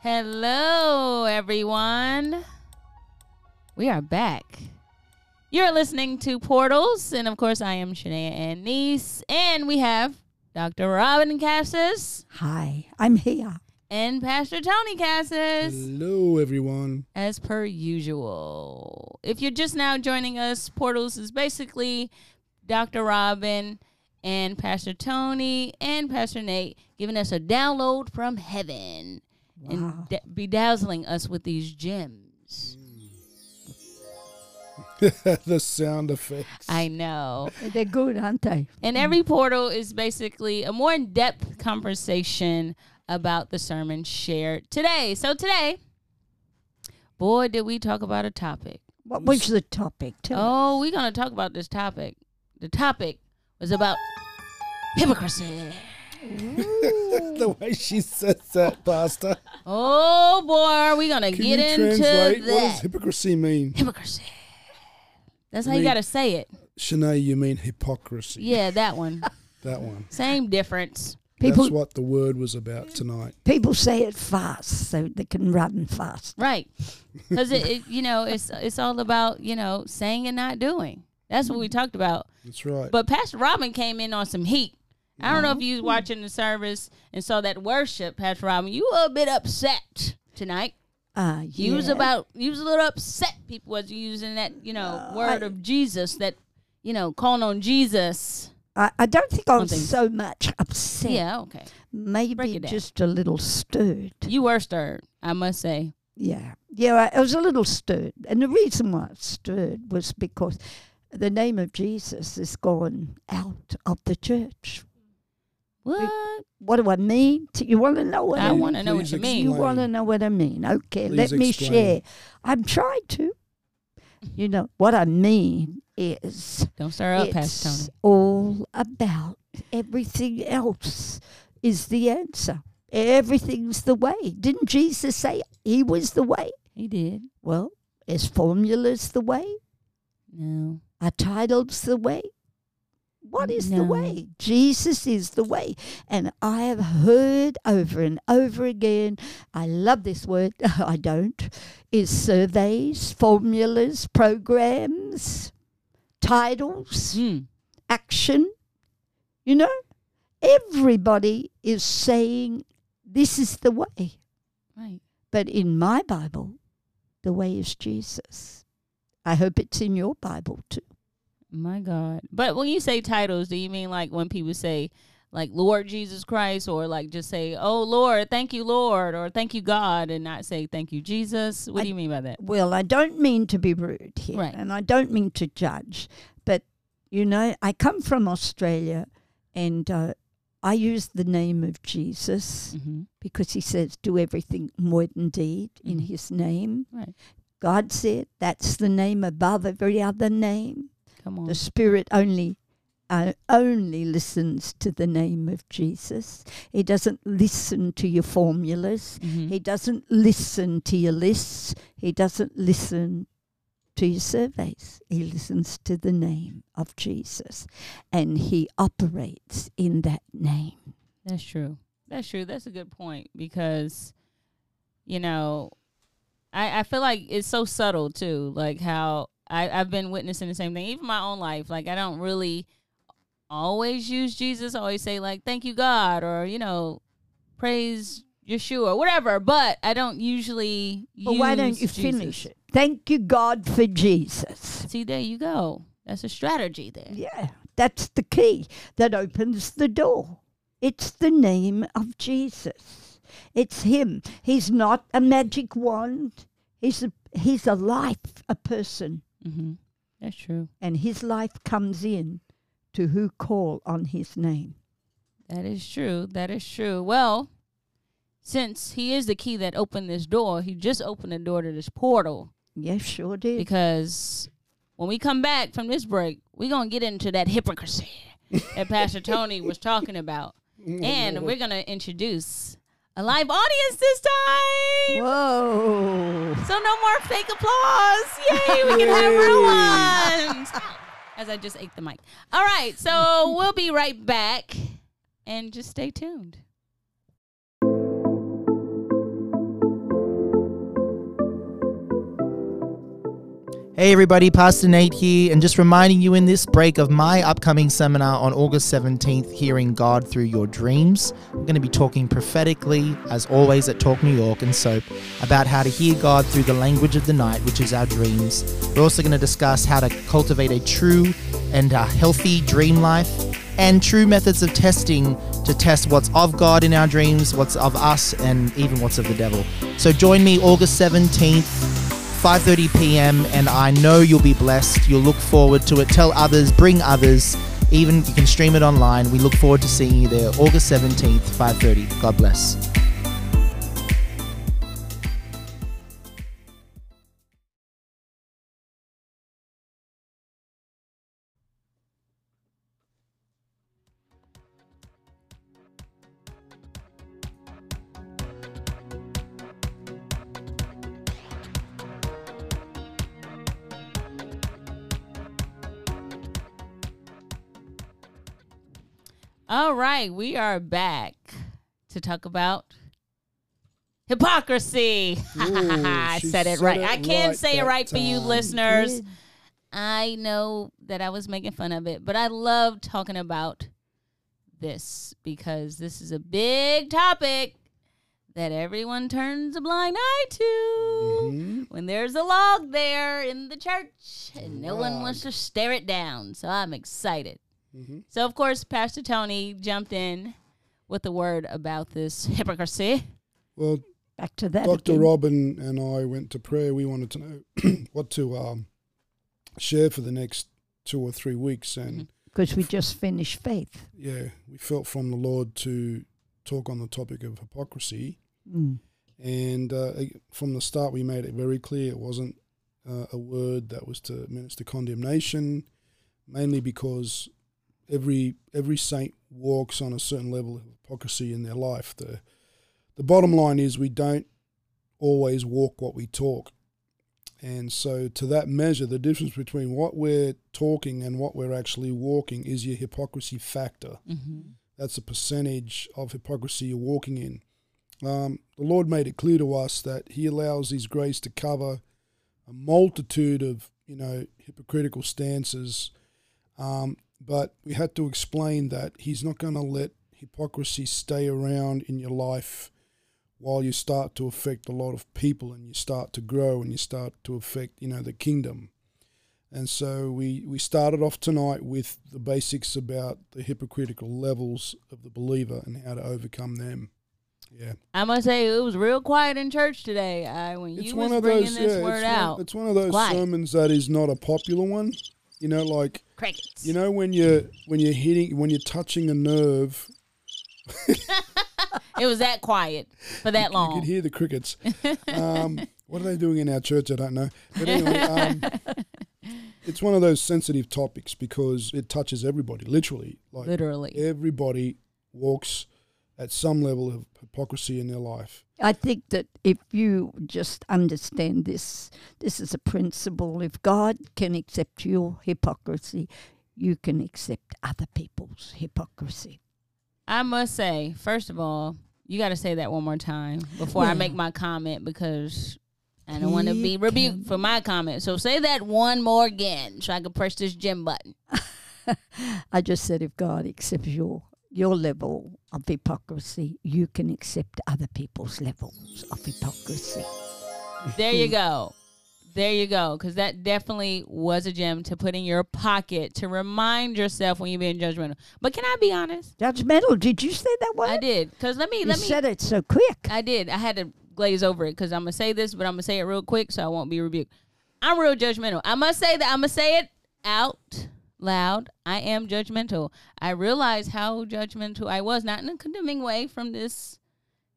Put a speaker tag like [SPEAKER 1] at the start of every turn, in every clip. [SPEAKER 1] Hello, everyone. We are back. You're listening to Portals, and of course, I am Shania and Niece, and we have Dr. Robin Cassis
[SPEAKER 2] Hi, I'm here.
[SPEAKER 1] and Pastor Tony Cassis.
[SPEAKER 3] Hello, everyone.
[SPEAKER 1] as per usual. If you're just now joining us, Portals is basically Dr. Robin and Pastor Tony and Pastor Nate giving us a download from heaven and d- bedazzling us with these gems.
[SPEAKER 3] the sound effects.
[SPEAKER 1] I know.
[SPEAKER 2] They're good, aren't they?
[SPEAKER 1] And every portal is basically a more in depth conversation about the sermon shared today. So today, boy, did we talk about a topic.
[SPEAKER 2] What was the topic? Tell us.
[SPEAKER 1] Oh, we're gonna talk about this topic. The topic was about hypocrisy.
[SPEAKER 3] the way she says that, Pastor.
[SPEAKER 1] Oh boy, are we gonna
[SPEAKER 3] Can
[SPEAKER 1] get
[SPEAKER 3] you
[SPEAKER 1] into
[SPEAKER 3] translate? What does
[SPEAKER 1] that?
[SPEAKER 3] hypocrisy mean?
[SPEAKER 1] hypocrisy. That's how you
[SPEAKER 3] Me-
[SPEAKER 1] gotta say it.
[SPEAKER 3] Shanae, you mean hypocrisy.
[SPEAKER 1] Yeah, that one.
[SPEAKER 3] That one.
[SPEAKER 1] Same difference.
[SPEAKER 2] people,
[SPEAKER 3] That's what the word was about tonight.
[SPEAKER 2] people say it fast so they can run fast.
[SPEAKER 1] Right. Because it, it you know, it's it's all about, you know, saying and not doing. That's what we
[SPEAKER 3] Mm-hmm.
[SPEAKER 1] talked about.
[SPEAKER 3] That's right.
[SPEAKER 1] But Pastor Robin came in on some heat. I don't know if
[SPEAKER 3] Mm-hmm.
[SPEAKER 1] you was watching the service and saw that worship, Pastor Robin. You were a bit upset tonight.
[SPEAKER 2] Uh,
[SPEAKER 1] He was about he was a little upset people was using that, you know, word of Jesus that you know, calling on Jesus.
[SPEAKER 2] I, I don't think I was
[SPEAKER 1] Something.
[SPEAKER 2] so much upset.
[SPEAKER 1] Yeah, okay. break
[SPEAKER 2] Maybe
[SPEAKER 1] it down.
[SPEAKER 2] just a little stirred.
[SPEAKER 1] You were stirred, I must say.
[SPEAKER 2] Yeah. Yeah, I, I was a little stirred. And the reason why I was stirred was because the name of Jesus has gone out of the church.
[SPEAKER 1] What?
[SPEAKER 2] What do I mean? You want to know what
[SPEAKER 1] I
[SPEAKER 2] I
[SPEAKER 1] want to know what
[SPEAKER 3] please
[SPEAKER 1] you mean.
[SPEAKER 2] You want to
[SPEAKER 3] Explain.
[SPEAKER 2] know what I mean? Okay,
[SPEAKER 3] Please
[SPEAKER 2] let me
[SPEAKER 3] explain.
[SPEAKER 2] share. I'm trying to. You know what I mean is
[SPEAKER 1] Don't stir up, Pastor
[SPEAKER 2] it's
[SPEAKER 1] Tony.
[SPEAKER 2] all about everything else is the answer. Everything's the way. Didn't Jesus say he was the way?
[SPEAKER 1] He did.
[SPEAKER 2] Well, his formula's the way.
[SPEAKER 1] No.
[SPEAKER 2] Our title's the way. What is
[SPEAKER 1] No.
[SPEAKER 2] the way? Jesus is the way. And I have heard over and over again, I love this word, I don't, is surveys, formulas, programs, titles,
[SPEAKER 1] Mm.
[SPEAKER 2] action. You know, everybody is saying this is the way.
[SPEAKER 1] Right.
[SPEAKER 2] But in my Bible, the way is Jesus. I hope it's in your Bible too.
[SPEAKER 1] My God. But when you say titles, do you mean like when people say like Lord Jesus Christ or like just say, Oh Lord, thank you, Lord, or thank you God and not say thank you, Jesus? What
[SPEAKER 2] I-
[SPEAKER 1] do you mean by that?
[SPEAKER 2] Well, I don't mean to be rude here,
[SPEAKER 1] Right.
[SPEAKER 2] and I don't mean to judge, but you know, I come from Australia, and uh, I use the name of Jesus
[SPEAKER 1] Mm-hmm.
[SPEAKER 2] because he says, "Do everything word and deed in
[SPEAKER 1] Mhm.
[SPEAKER 2] His name."
[SPEAKER 1] Right.
[SPEAKER 2] God said that's the name above every other name.
[SPEAKER 1] Come on.
[SPEAKER 2] The Spirit only. Uh, only listens to the name of Jesus. He doesn't listen to your formulas.
[SPEAKER 1] Mhm.
[SPEAKER 2] He doesn't listen to your lists. He doesn't listen to your surveys. He listens to the name of Jesus and he operates in that name.
[SPEAKER 1] That's true. That's true. That's a good point because, you know, I, I feel like it's so subtle too. Like how I, I've been witnessing the same thing, even my own life. Like I don't really always use Jesus. I always say like, "Thank you, God," or you know, "Praise Yeshua," or whatever. But I don't usually.
[SPEAKER 2] But why don't you
[SPEAKER 1] use Jesus.
[SPEAKER 2] finish it? Thank you, God, for Jesus.
[SPEAKER 1] See, there you go. That's a strategy there.
[SPEAKER 2] Yeah, that's the key that opens the door. It's the name of Jesus. It's him. He's not a magic wand. He's a, he's a life, a person.
[SPEAKER 1] Mm-hmm. That's true.
[SPEAKER 2] and his life comes in to who call on his name.
[SPEAKER 1] That is true. That is true. Well, since he is the key that opened this door, he just opened the door to this portal
[SPEAKER 2] Yes, sure did.
[SPEAKER 1] because when we come back from this break, we're going to get into that hypocrisy that Pastor Tony was talking about. And we're going to introduce a live audience this time.
[SPEAKER 2] Whoa.
[SPEAKER 1] So no more fake applause. Yay, we can have real ones. As I just ate the mic. All right, so we'll be right back and just stay tuned.
[SPEAKER 4] Hey everybody, Pastor Nate here, and just reminding you in this break of my upcoming seminar on August 17th, Hearing God Through Your Dreams. We're going to be talking prophetically, as always at Talk New York and Soap, about how to hear God through the language of the night, which is our dreams. We're also going to discuss how to cultivate a true and a healthy dream life, and true methods of testing to test what's of God in our dreams, what's of us, and even what's of the devil. So join me August 17th. 5:30 p.m. and I know you'll be blessed. You'll look forward to it. Tell others, bring others. Even you can stream it online. We look forward to seeing you there August 17th, 5:30. God bless.
[SPEAKER 1] All right, we are back to talk about hypocrisy.
[SPEAKER 3] Ooh,
[SPEAKER 1] I
[SPEAKER 3] she
[SPEAKER 1] said it
[SPEAKER 3] said
[SPEAKER 1] right.
[SPEAKER 3] it
[SPEAKER 1] I can't
[SPEAKER 3] right
[SPEAKER 1] say it
[SPEAKER 3] that
[SPEAKER 1] right for you
[SPEAKER 3] time.
[SPEAKER 1] listeners. I know that I was making fun of it, but I love talking about this because this is a big topic that everyone turns a blind eye to
[SPEAKER 3] Mhm.
[SPEAKER 1] when there's a log there in the church and no one wants to stare it down. So I'm excited.
[SPEAKER 3] Mhm.
[SPEAKER 1] So, of course, Pastor Tony jumped in with a word about this hypocrisy.
[SPEAKER 3] Well,
[SPEAKER 2] Back to that.
[SPEAKER 3] Dr.
[SPEAKER 2] again.
[SPEAKER 3] Robin and I went to prayer. We wanted to know what to um, share for the next two or three weeks. And
[SPEAKER 1] Mm-hmm.
[SPEAKER 2] because we just finished faith.
[SPEAKER 3] yeah, we felt from the Lord to talk on the topic of hypocrisy.
[SPEAKER 2] Mm.
[SPEAKER 3] And uh, ag- from the start, we made it very clear it wasn't uh, a word that was to minister condemnation, mainly because every every saint walks on a certain level of hypocrisy in their life. The the bottom line is we don't always walk what we talk. And so, to that measure, the difference between what we're talking and what we're actually walking is your hypocrisy factor
[SPEAKER 1] Mm-hmm.
[SPEAKER 3] that's a percentage of hypocrisy you're walking in. Um, the Lord made it clear to us that He allows His grace to cover a multitude of you know hypocritical stances, um, but we had to explain that He's not going to let hypocrisy stay around in your life while you start to affect a lot of people and you start to grow and you start to affect you know the kingdom. And so we, we started off tonight with the basics about the hypocritical levels of the believer and how to overcome them. Yeah,
[SPEAKER 1] I must say, it was real quiet in church today. I, when you was bringing this
[SPEAKER 3] it's,
[SPEAKER 1] word
[SPEAKER 3] one,
[SPEAKER 1] out,
[SPEAKER 3] it's one of those
[SPEAKER 1] Quiet.
[SPEAKER 3] sermons that is not a popular one. You know, like
[SPEAKER 1] crickets.
[SPEAKER 3] you know when you're when you're hitting when you're touching a nerve,
[SPEAKER 1] it was that quiet for that
[SPEAKER 3] you could
[SPEAKER 1] long.
[SPEAKER 3] hear the crickets. Um, what are they doing in our church? I don't know. But anyway, um, it's one of those sensitive topics because it touches everybody, literally. Like
[SPEAKER 1] Literally.
[SPEAKER 3] everybody walks at some level of hypocrisy in their life.
[SPEAKER 2] I think that if you just understand this, this is a principle. If God can accept your hypocrisy, you can accept other people's hypocrisy.
[SPEAKER 1] I must say, first of all, you got to say that one more time before I
[SPEAKER 2] Yeah.
[SPEAKER 1] make my comment because I don't want to be
[SPEAKER 2] He
[SPEAKER 1] rebuked for my comment. So say that one more again so I can press this gym button.
[SPEAKER 2] I just said, if God accepts your your level of hypocrisy, you can accept other people's levels of hypocrisy.
[SPEAKER 1] There
[SPEAKER 2] Hmm.
[SPEAKER 1] you go. There you go. Because that definitely was a gem to put in your pocket to remind yourself when you're being judgmental. But can I be honest?
[SPEAKER 2] Judgmental? Did you say that word?
[SPEAKER 1] I did. Because let me,
[SPEAKER 2] You
[SPEAKER 1] let me.
[SPEAKER 2] said it so quick.
[SPEAKER 1] I did. I had to glaze over it because I'm gonna say this, but I'm gonna say it real quick so I won't be rebuked. I'm real judgmental. I must say that I'm gonna say it out loud. I am judgmental. I realize how judgmental I was, not in a condemning way from this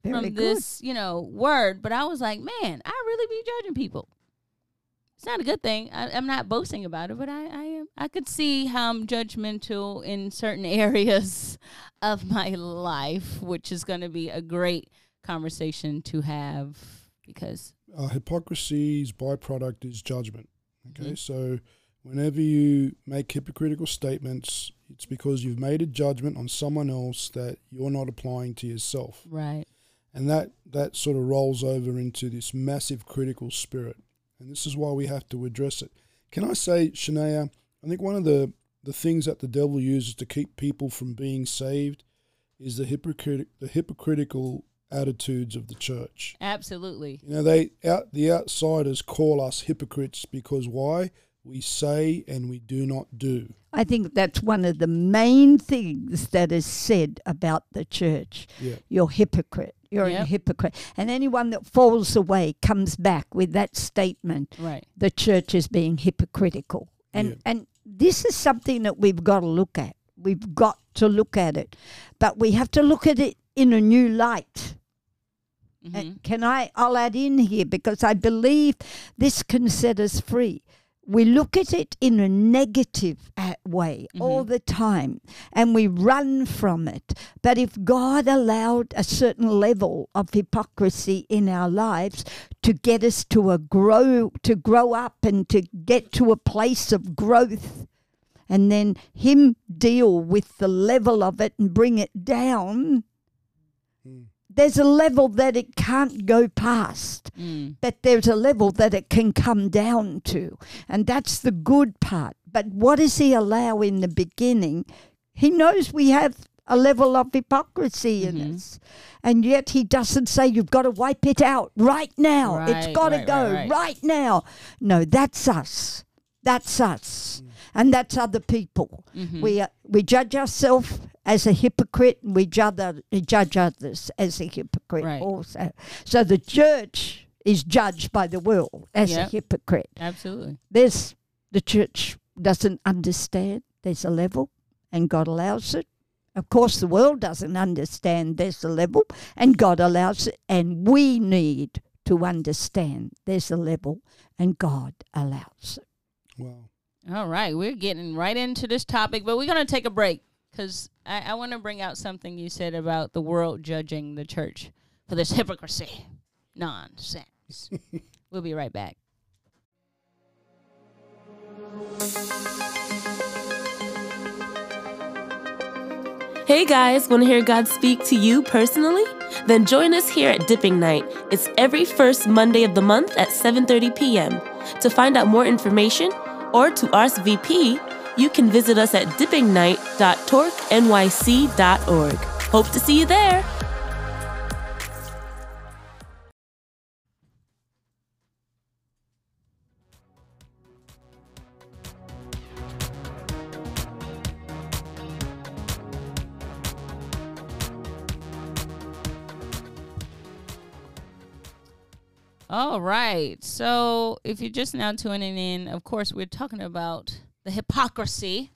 [SPEAKER 2] Very
[SPEAKER 1] from
[SPEAKER 2] good.
[SPEAKER 1] this, you know, word, but I was like, man, I really be judging people. It's not a good thing. I, I'm not boasting about it, but I, I am. I could see how I'm judgmental in certain areas of my life, which is going to be a great conversation to have because
[SPEAKER 3] Uh, hypocrisy's byproduct is judgment. Okay, so whenever you make hypocritical statements, it's because you've made a judgment on someone else that you're not applying to yourself.
[SPEAKER 1] right,
[SPEAKER 3] and that that sort of rolls over into this massive critical spirit and this is why we have to address it. Can I say, Shania? I think one of the the things that the devil uses to keep people from being saved is the hypocritic the hypocritical attitudes of the church.
[SPEAKER 1] Absolutely.
[SPEAKER 3] You know, they out the outsiders call us hypocrites because why? We say and we do not do.
[SPEAKER 2] I think that's one of the main things that is said about the church.
[SPEAKER 3] Yeah.
[SPEAKER 2] You're hypocrite. You're a
[SPEAKER 1] Yep.
[SPEAKER 2] hypocrite. And anyone that falls away comes back with that statement
[SPEAKER 1] Right.
[SPEAKER 2] the church is being hypocritical. And
[SPEAKER 3] Yeah.
[SPEAKER 2] and this is something that we've got to look at. We've got to look at it. But we have to look at it in a new light.
[SPEAKER 1] hmm
[SPEAKER 2] And Uh, can I? I'll add in here because I believe this can set us free. We look at it in a negative a- way all the time and we run from it. But if God allowed a certain level of hypocrisy in our lives to get us to a grow to grow up and to get to a place of growth and then him deal with the level of it and bring it down, there's a level that it can't go past,
[SPEAKER 1] Mm.
[SPEAKER 2] but there's a level that it can come down to. And that's the good part. But what does he allow in the beginning? He knows we have a level of hypocrisy in
[SPEAKER 1] Mm-hmm.
[SPEAKER 2] us. And yet he doesn't say, you've got to wipe it out right now. it's
[SPEAKER 1] Right,
[SPEAKER 2] got to
[SPEAKER 1] right,
[SPEAKER 2] go
[SPEAKER 1] right, right.
[SPEAKER 2] right now. No, that's us. That's us,
[SPEAKER 1] Mm.
[SPEAKER 2] and that's other people.
[SPEAKER 1] Mm-hmm,
[SPEAKER 2] We uh, we judge ourselves as a hypocrite, and we judge oth- judge others as a hypocrite
[SPEAKER 1] Right.
[SPEAKER 2] also. So the church is judged by the world as a
[SPEAKER 1] Yep.
[SPEAKER 2] hypocrite.
[SPEAKER 1] Absolutely.
[SPEAKER 2] There's the church doesn't understand. There's a level, and God allows it. Of course, the world doesn't understand. There's a level, and God allows it, and we need to understand. There's a level, and God allows it.
[SPEAKER 3] Wow.
[SPEAKER 1] All right. We're getting right into this topic, but we're going to take a break because I, I want to bring out something you said about the world judging the church for this hypocrisy. Nonsense. we'll be right back.
[SPEAKER 5] Hey guys, want to hear God speak to you personally? Then join us here at Dipping Night. It's every first Monday of the month at 7:30 p.m. To find out more information or to RSVP, you can visit us at dippingnight.torquenyc.org. Hope to see you there.
[SPEAKER 1] All right. So if you're just now tuning in, of course, we're talking about the hypocrisy.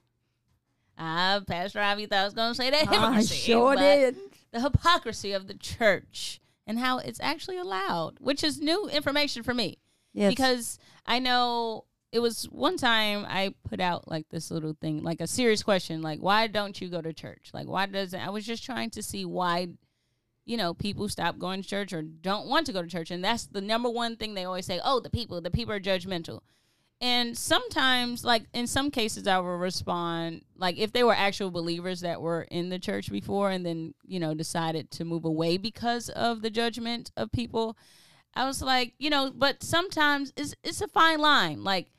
[SPEAKER 1] Uh, Pastor Ivy thought I was going to say that
[SPEAKER 2] I
[SPEAKER 1] hypocrisy.
[SPEAKER 2] sure
[SPEAKER 1] but
[SPEAKER 2] did.
[SPEAKER 1] The hypocrisy of the church and how it's actually allowed, which is new information for me
[SPEAKER 2] Yes.
[SPEAKER 1] because I know it was one time I put out like this little thing, like a serious question, like why don't you go to church? Like why doesn't I was just trying to see why, you know, people stop going to church or don't want to go to church, and that's the number one thing they always say. Oh, the people, the people are judgmental. And sometimes, like in some cases, I will respond like if they were actual believers that were in the church before and then you know decided to move away because of the judgment of people. I was like, you know, but sometimes it's it's a fine line. Like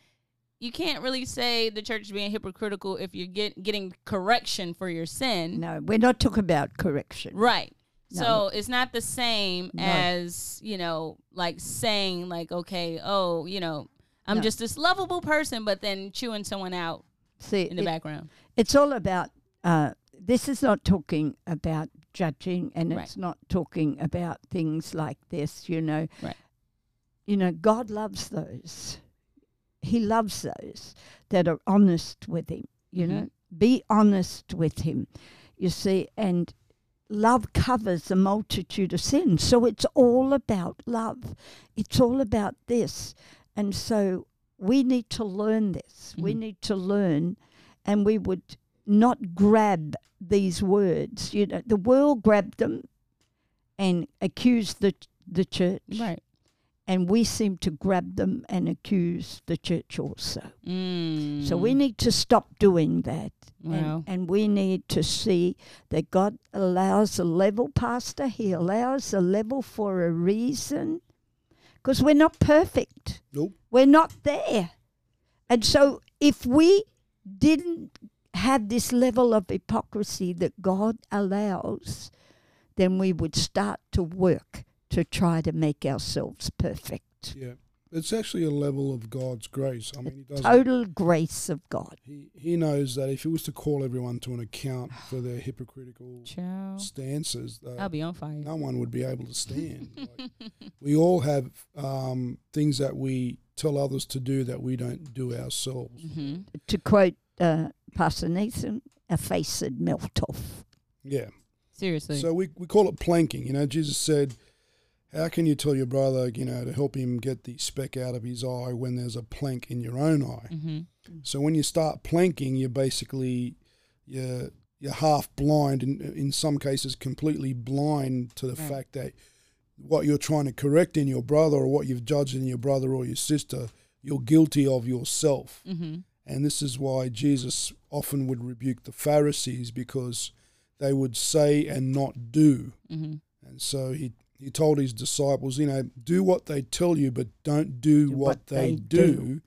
[SPEAKER 1] you can't really say the church is being hypocritical if you're get, getting correction for your sin,
[SPEAKER 2] no, we're not talking about correction.
[SPEAKER 1] right?
[SPEAKER 2] No.
[SPEAKER 1] So it's not the same
[SPEAKER 2] No.
[SPEAKER 1] as you know, like saying like, okay, oh, you know, I'm
[SPEAKER 2] No.
[SPEAKER 1] just this lovable person, but then chewing someone out
[SPEAKER 2] See,
[SPEAKER 1] in the
[SPEAKER 2] it-
[SPEAKER 1] background.
[SPEAKER 2] it's all about. Uh, this is not talking about judging, and
[SPEAKER 1] Right.
[SPEAKER 2] it's not talking about things like this. You know,
[SPEAKER 1] Right.
[SPEAKER 2] you know, God loves those. He loves those that are honest with Him. You
[SPEAKER 1] Mm-hmm.
[SPEAKER 2] know, be honest with Him. You see, and love covers a multitude of sins. So it's all about love. It's all about this. And so we need to learn this. We
[SPEAKER 1] Mm-hmm.
[SPEAKER 2] need to learn, and we would not grab these words. You know, the world grabbed them and accused the the church,
[SPEAKER 1] Right.
[SPEAKER 2] and we seem to grab them and accuse the church also.
[SPEAKER 1] Mm.
[SPEAKER 2] So we need to stop doing that.
[SPEAKER 1] Wow.
[SPEAKER 2] And, and we need to see that God allows a level, Pastor. He allows a level for a reason. because we're not perfect.
[SPEAKER 3] Nope.
[SPEAKER 2] We're not there. And so if we didn't have this level of hypocrisy that God allows, then we would start to work to try to make ourselves perfect.
[SPEAKER 3] Yeah. It's actually a level of God's grace. I mean, he doesn't.
[SPEAKER 2] Total grace of God.
[SPEAKER 3] He, he knows that if he was to call everyone to an account for their hypocritical
[SPEAKER 1] Child.
[SPEAKER 3] stances, uh,
[SPEAKER 1] I'll be on fire.
[SPEAKER 3] no one would be able to stand. Like, we all have um, things that we tell others to do that we don't do ourselves.
[SPEAKER 1] hmm
[SPEAKER 2] To quote uh, Pastor Nathan, a face would melt off.
[SPEAKER 3] Yeah.
[SPEAKER 1] Seriously.
[SPEAKER 3] So we, we call it planking. You know, Jesus said, How can you tell your brother, you know, to help him get the speck out of his eye when there's a plank in your own eye?
[SPEAKER 1] hmm
[SPEAKER 3] So when you start planking, you're basically you're you're half blind, and uh, in some cases completely blind to the
[SPEAKER 1] Right.
[SPEAKER 3] fact that what you're trying to correct in your brother or what you've judged in your brother or your sister, you're guilty of yourself.
[SPEAKER 1] hmm
[SPEAKER 3] And this is why Jesus often would rebuke the Pharisees because they would say and not do.
[SPEAKER 1] hmm
[SPEAKER 3] And so he he told his disciples, you know, do what they tell you, but don't do,
[SPEAKER 2] Do
[SPEAKER 3] what,
[SPEAKER 2] what
[SPEAKER 3] they,
[SPEAKER 2] they
[SPEAKER 3] do,
[SPEAKER 2] do.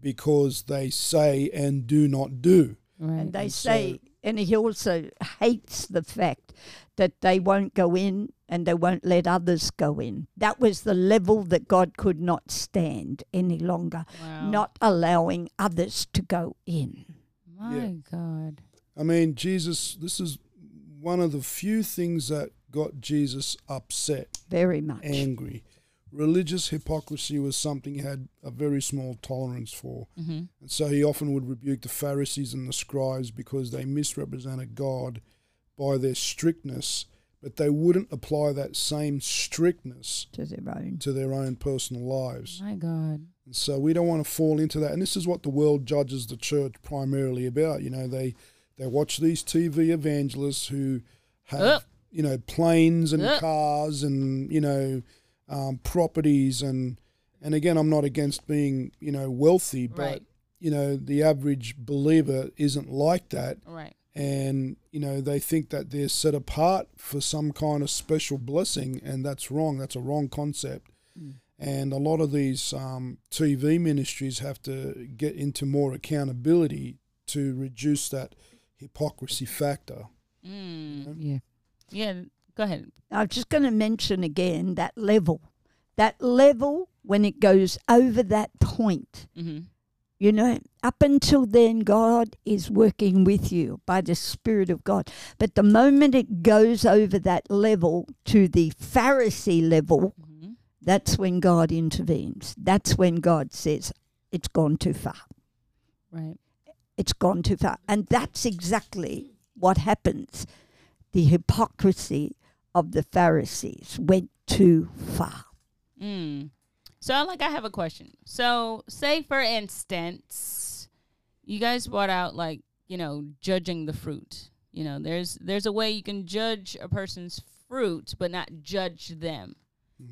[SPEAKER 3] because they say and do not do.
[SPEAKER 1] Right.
[SPEAKER 2] And they
[SPEAKER 3] And so-
[SPEAKER 2] say, and he also hates the fact that they won't go in and they won't let others go in. That was the level that God could not stand any longer,
[SPEAKER 1] wow.
[SPEAKER 2] not allowing others to go in.
[SPEAKER 1] My
[SPEAKER 3] Yeah.
[SPEAKER 1] God.
[SPEAKER 3] I mean, Jesus, this is one of the few things that got Jesus upset,
[SPEAKER 2] Very much.
[SPEAKER 3] angry. Religious hypocrisy was something he had a very small tolerance for.
[SPEAKER 1] hmm
[SPEAKER 3] And so he often would rebuke the Pharisees and the scribes because they misrepresented God by their strictness, but they wouldn't apply that same strictness
[SPEAKER 2] to their own.
[SPEAKER 3] to their own personal lives.
[SPEAKER 1] My God.
[SPEAKER 3] And so we don't want to fall into that. And this is what the world judges the church primarily about. You know, they they watch these TV evangelists who have
[SPEAKER 1] Up.
[SPEAKER 3] you know planes and
[SPEAKER 1] Up.
[SPEAKER 3] cars and you know um, properties and and again, I'm not against being you know wealthy, but
[SPEAKER 1] Right.
[SPEAKER 3] you know the average believer isn't like that,
[SPEAKER 1] Right.
[SPEAKER 3] and you know they think that they're set apart for some kind of special blessing, and that's wrong. That's a wrong concept and a lot of these um, TV ministries have to get into more accountability to reduce that hypocrisy factor.
[SPEAKER 1] Mm.
[SPEAKER 3] Mm-hmm.
[SPEAKER 4] Yeah.
[SPEAKER 1] Yeah. Go ahead.
[SPEAKER 2] I'm just going to mention again that level. That level, when it goes over that point,
[SPEAKER 1] hmm
[SPEAKER 2] You know, up until then, God is working with you by the Spirit of God. But the moment it goes over that level to the Pharisee level,
[SPEAKER 1] hmm
[SPEAKER 2] that's when God intervenes. That's when God says, It's gone too far.
[SPEAKER 1] Right.
[SPEAKER 2] It's gone too far. And that's exactly what happens. The hypocrisy of the Pharisees went too far.
[SPEAKER 1] Mm. So, like, I have a question. So, say for instance, you guys brought out like you know judging the fruit. You know, there's there's a way you can judge a person's fruit, but not judge them.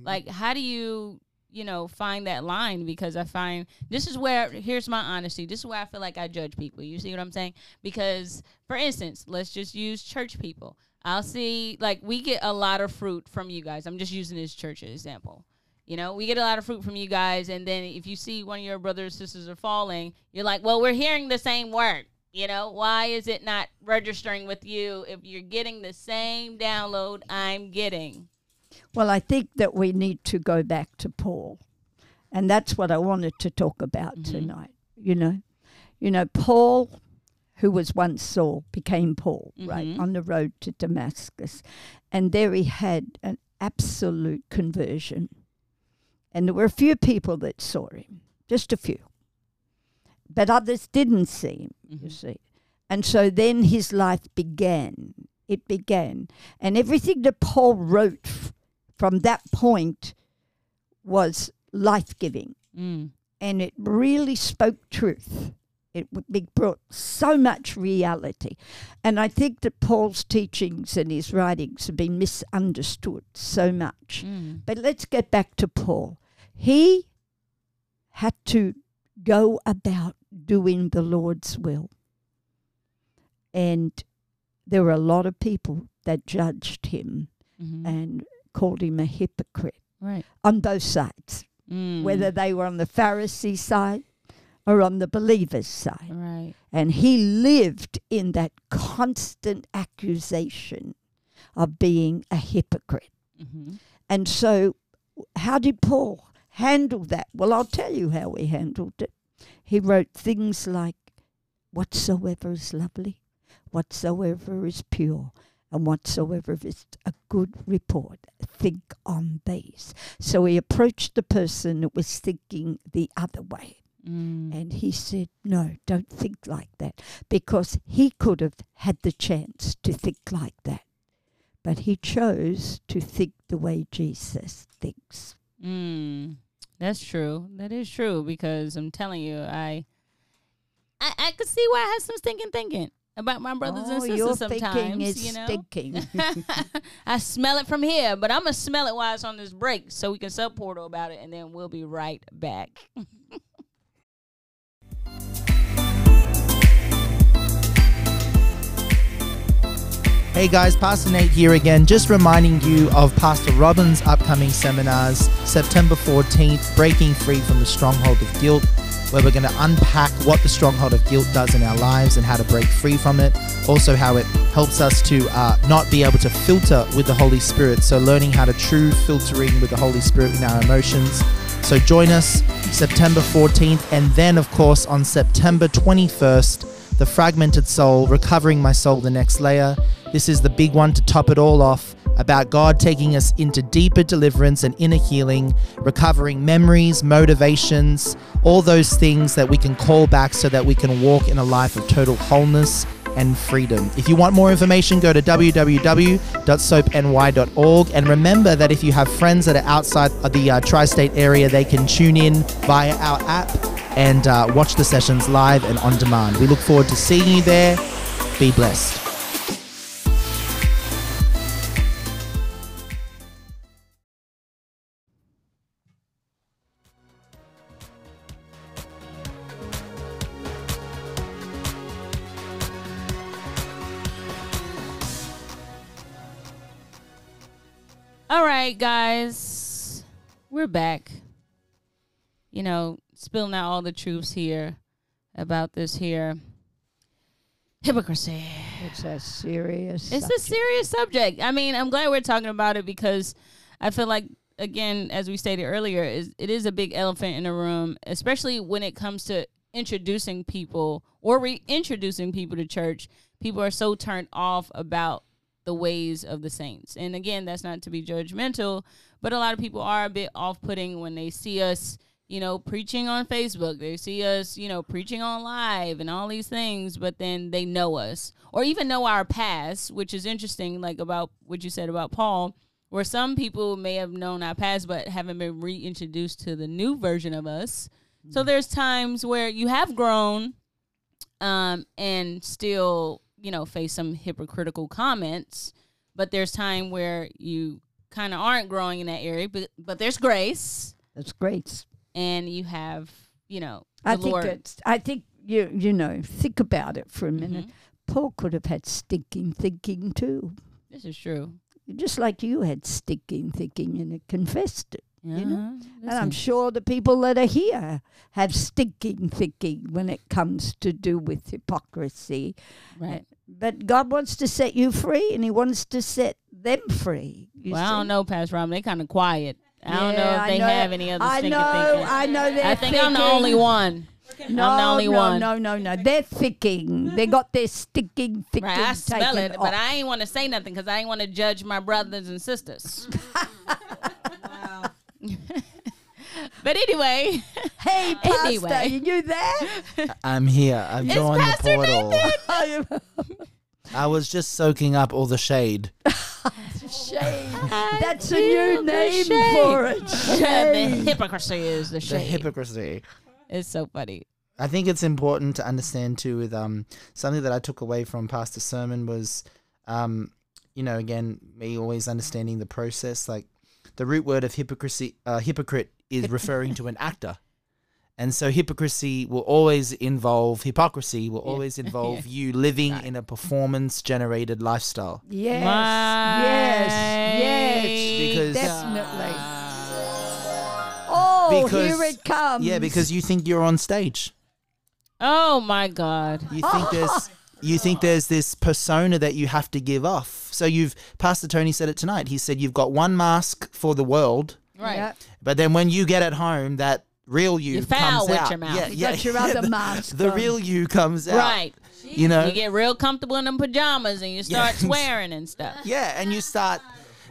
[SPEAKER 1] Like, how do you you know find that line? Because I find this is where here's my honesty. This is where I feel like I judge people. You see what I'm saying? Because for instance, let's just use church people. I'll see like we get a lot of fruit from you guys. I'm just using this church as an example. You know, we get a lot of fruit from you guys, and then if you see one of your brothers sisters are falling, you're like, well, we're hearing the same word. You know, why is it not registering with you if you're getting the same download I'm getting?
[SPEAKER 2] Well, I think that we need to go back to Paul. And that's what I wanted to talk about tonight. You know, you know, Paul, who was once Saul, became Paul, right,
[SPEAKER 1] Mhm.
[SPEAKER 2] on the road to Damascus. And there he had an absolute conversion. And there were a few people that saw him, just a few. But others didn't see him, you see. And so then his life began. It began. And everything that Paul wrote f- from that point was life giving.
[SPEAKER 1] Mm.
[SPEAKER 2] And it really spoke truth. It w- it brought so much reality. And I think that Paul's teachings and his writings have been misunderstood so much.
[SPEAKER 1] Mm.
[SPEAKER 2] But let's get back to Paul. He had to go about doing the Lord's will. And there were a lot of people that judged him
[SPEAKER 1] hmm
[SPEAKER 2] and called him a hypocrite
[SPEAKER 1] Right.
[SPEAKER 2] on both sides.
[SPEAKER 1] Mm.
[SPEAKER 2] whether they were on the Pharisee side or on the believer's side.
[SPEAKER 1] Right.
[SPEAKER 2] And he lived in that constant accusation of being a hypocrite.
[SPEAKER 1] Mm-hmm.
[SPEAKER 2] And so, how did Paul handle that? Well, I'll tell you how he handled it. He wrote things like, Whatsoever is lovely, whatsoever is pure, and whatsoever is a good report, think on these. So he approached the person that was thinking the other way.
[SPEAKER 1] Mm.
[SPEAKER 2] And he said, No, don't think like that. Because he could have had the chance to think like that. But he chose to think the way Jesus thinks.
[SPEAKER 1] Mm. That's true. That is true because I'm telling you, I, I, I could see why I had some stinking thinking about my brothers and
[SPEAKER 2] Oh,
[SPEAKER 1] sisters
[SPEAKER 2] your
[SPEAKER 1] sometimes.
[SPEAKER 2] thinking is
[SPEAKER 1] you know,
[SPEAKER 2] stinking.
[SPEAKER 1] I smell it from here, but I'm gonna smell it while it's on this break, so we can sub Portal about it, and then we'll be right back.
[SPEAKER 4] Hey guys, Pastor Nate here again, just reminding you of Pastor Robin's upcoming seminars, September 14th, Breaking Free from the Stronghold of Guilt, where we're going to unpack what the stronghold of guilt does in our lives and how to break free from it. Also, how it helps us to uh, not be able to filter with the Holy Spirit. So, learning how to true filtering with the Holy Spirit in our emotions. So, join us September 14th, and then, of course, on September 21st. The Fragmented Soul, Recovering My Soul, The Next Layer. This is the big one to top it all off about God taking us into deeper deliverance and inner healing, recovering memories, motivations, all those things that we can call back so that we can walk in a life of total wholeness and freedom. If you want more information, go to www.soapny.org. And remember that if you have friends that are outside of the uh, tri state area, they can tune in via our app and uh, watch the sessions live and on demand. We look forward to seeing you there. Be blessed.
[SPEAKER 1] All right, guys, we're back. You know, spilling out all the truths here about this here hypocrisy.
[SPEAKER 2] it's a serious.
[SPEAKER 1] It's a serious subject. I mean, I'm glad we're talking about it because I feel like again, as we stated earlier, is it is a big elephant in the room, especially when it comes to introducing people or reintroducing people to church. People are so turned off about the ways of the saints. And again, that's not to be judgmental, but a lot of people are a bit off-putting when they see us you know, preaching on Facebook. They see us, you know, preaching on live and all these things, but then they know us or even know our past, which is interesting, like about what you said about Paul, where some people may have known our past but haven't been reintroduced to the new version of us. So there's times where you have grown um, and still, you know, face some hypocritical comments, but there's time where you kind of aren't growing in that area, but, but there's grace
[SPEAKER 2] It's great.
[SPEAKER 1] and you have you know the
[SPEAKER 2] I think
[SPEAKER 1] Lord. Mm-hmm.
[SPEAKER 2] it's. I think you. You know. Think about it for a minute. Paul could have had stinking thinking too,
[SPEAKER 1] this is true.
[SPEAKER 2] just like you had stinking thinking and it confessed it.
[SPEAKER 1] Yeah,
[SPEAKER 2] know? And I'm sure the people that are here have stinking thinking when it comes to do with hypocrisy.
[SPEAKER 1] right.
[SPEAKER 2] But God wants to set you free, and He wants to set them free. you
[SPEAKER 1] Well, I
[SPEAKER 2] see.
[SPEAKER 1] don't know, Pastor Robin. They kind of quiet. I don't know
[SPEAKER 2] Yeah,
[SPEAKER 1] if
[SPEAKER 2] I
[SPEAKER 1] they
[SPEAKER 2] know-
[SPEAKER 1] have any other
[SPEAKER 2] I
[SPEAKER 1] stinking
[SPEAKER 2] know,
[SPEAKER 1] thinking.
[SPEAKER 2] I know.
[SPEAKER 1] I
[SPEAKER 2] they're
[SPEAKER 1] think I'm the only
[SPEAKER 2] thinking.
[SPEAKER 1] one.
[SPEAKER 2] No,
[SPEAKER 1] I'm the only
[SPEAKER 2] no,
[SPEAKER 1] one.
[SPEAKER 2] No, no, no. They're thinking. They got their stinking thinking.
[SPEAKER 1] Right, I smell
[SPEAKER 2] taken
[SPEAKER 1] it, but
[SPEAKER 2] off.
[SPEAKER 1] I ain't want to say nothing because I ain't want to judge my brothers and sisters. but anyway,
[SPEAKER 2] Hey, Pastor,
[SPEAKER 1] Anyway.
[SPEAKER 2] you knew that?
[SPEAKER 4] I'm here. I'm joined the
[SPEAKER 1] Pastor
[SPEAKER 4] portal. I was just soaking up all the shade.
[SPEAKER 2] That's a new name for it.
[SPEAKER 1] the hypocrisy is the
[SPEAKER 4] The
[SPEAKER 1] shade.
[SPEAKER 4] hypocrisy.
[SPEAKER 1] it's so funny.
[SPEAKER 4] I think it's important to understand too with um something that I took away from Pastor Sermon was um you know again me always understanding the process like the root word of hypocrisy uh, hypocrite is referring to an actor. And so hypocrisy will always involve hypocrisy will always involve you living in a performance generated lifestyle.
[SPEAKER 2] Yes, yes,
[SPEAKER 1] Right.
[SPEAKER 2] yes,
[SPEAKER 4] Because-
[SPEAKER 2] definitely. Oh, Oh, here it comes.
[SPEAKER 4] Yeah, because you think you're on stage.
[SPEAKER 1] Oh my God.
[SPEAKER 4] You think there's you think there's this persona that you have to give off. So you've Pastor Tony said it tonight. He said you've got one mask for the world,
[SPEAKER 1] Right.
[SPEAKER 2] Yep.
[SPEAKER 4] but then when you get at home, that real you
[SPEAKER 1] You foul
[SPEAKER 4] comes
[SPEAKER 1] with
[SPEAKER 4] out.
[SPEAKER 1] your mouth.
[SPEAKER 4] Yeah,
[SPEAKER 2] You
[SPEAKER 4] yeah,
[SPEAKER 2] got your
[SPEAKER 4] yeah,
[SPEAKER 2] other
[SPEAKER 4] the,
[SPEAKER 2] mask
[SPEAKER 4] The
[SPEAKER 2] on.
[SPEAKER 4] real you comes out.
[SPEAKER 1] Right.
[SPEAKER 4] You know.
[SPEAKER 1] You get real comfortable in them pajamas and you start
[SPEAKER 4] Yeah.
[SPEAKER 1] swearing and stuff.
[SPEAKER 4] yeah, and you start,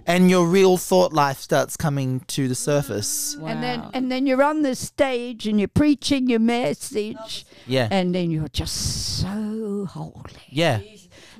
[SPEAKER 4] and your real thought life starts coming to the surface.
[SPEAKER 2] And then
[SPEAKER 1] Wow.
[SPEAKER 2] and then you're on the stage and you're preaching your message
[SPEAKER 4] Yeah.
[SPEAKER 2] and then you're just so holy.
[SPEAKER 4] yeah.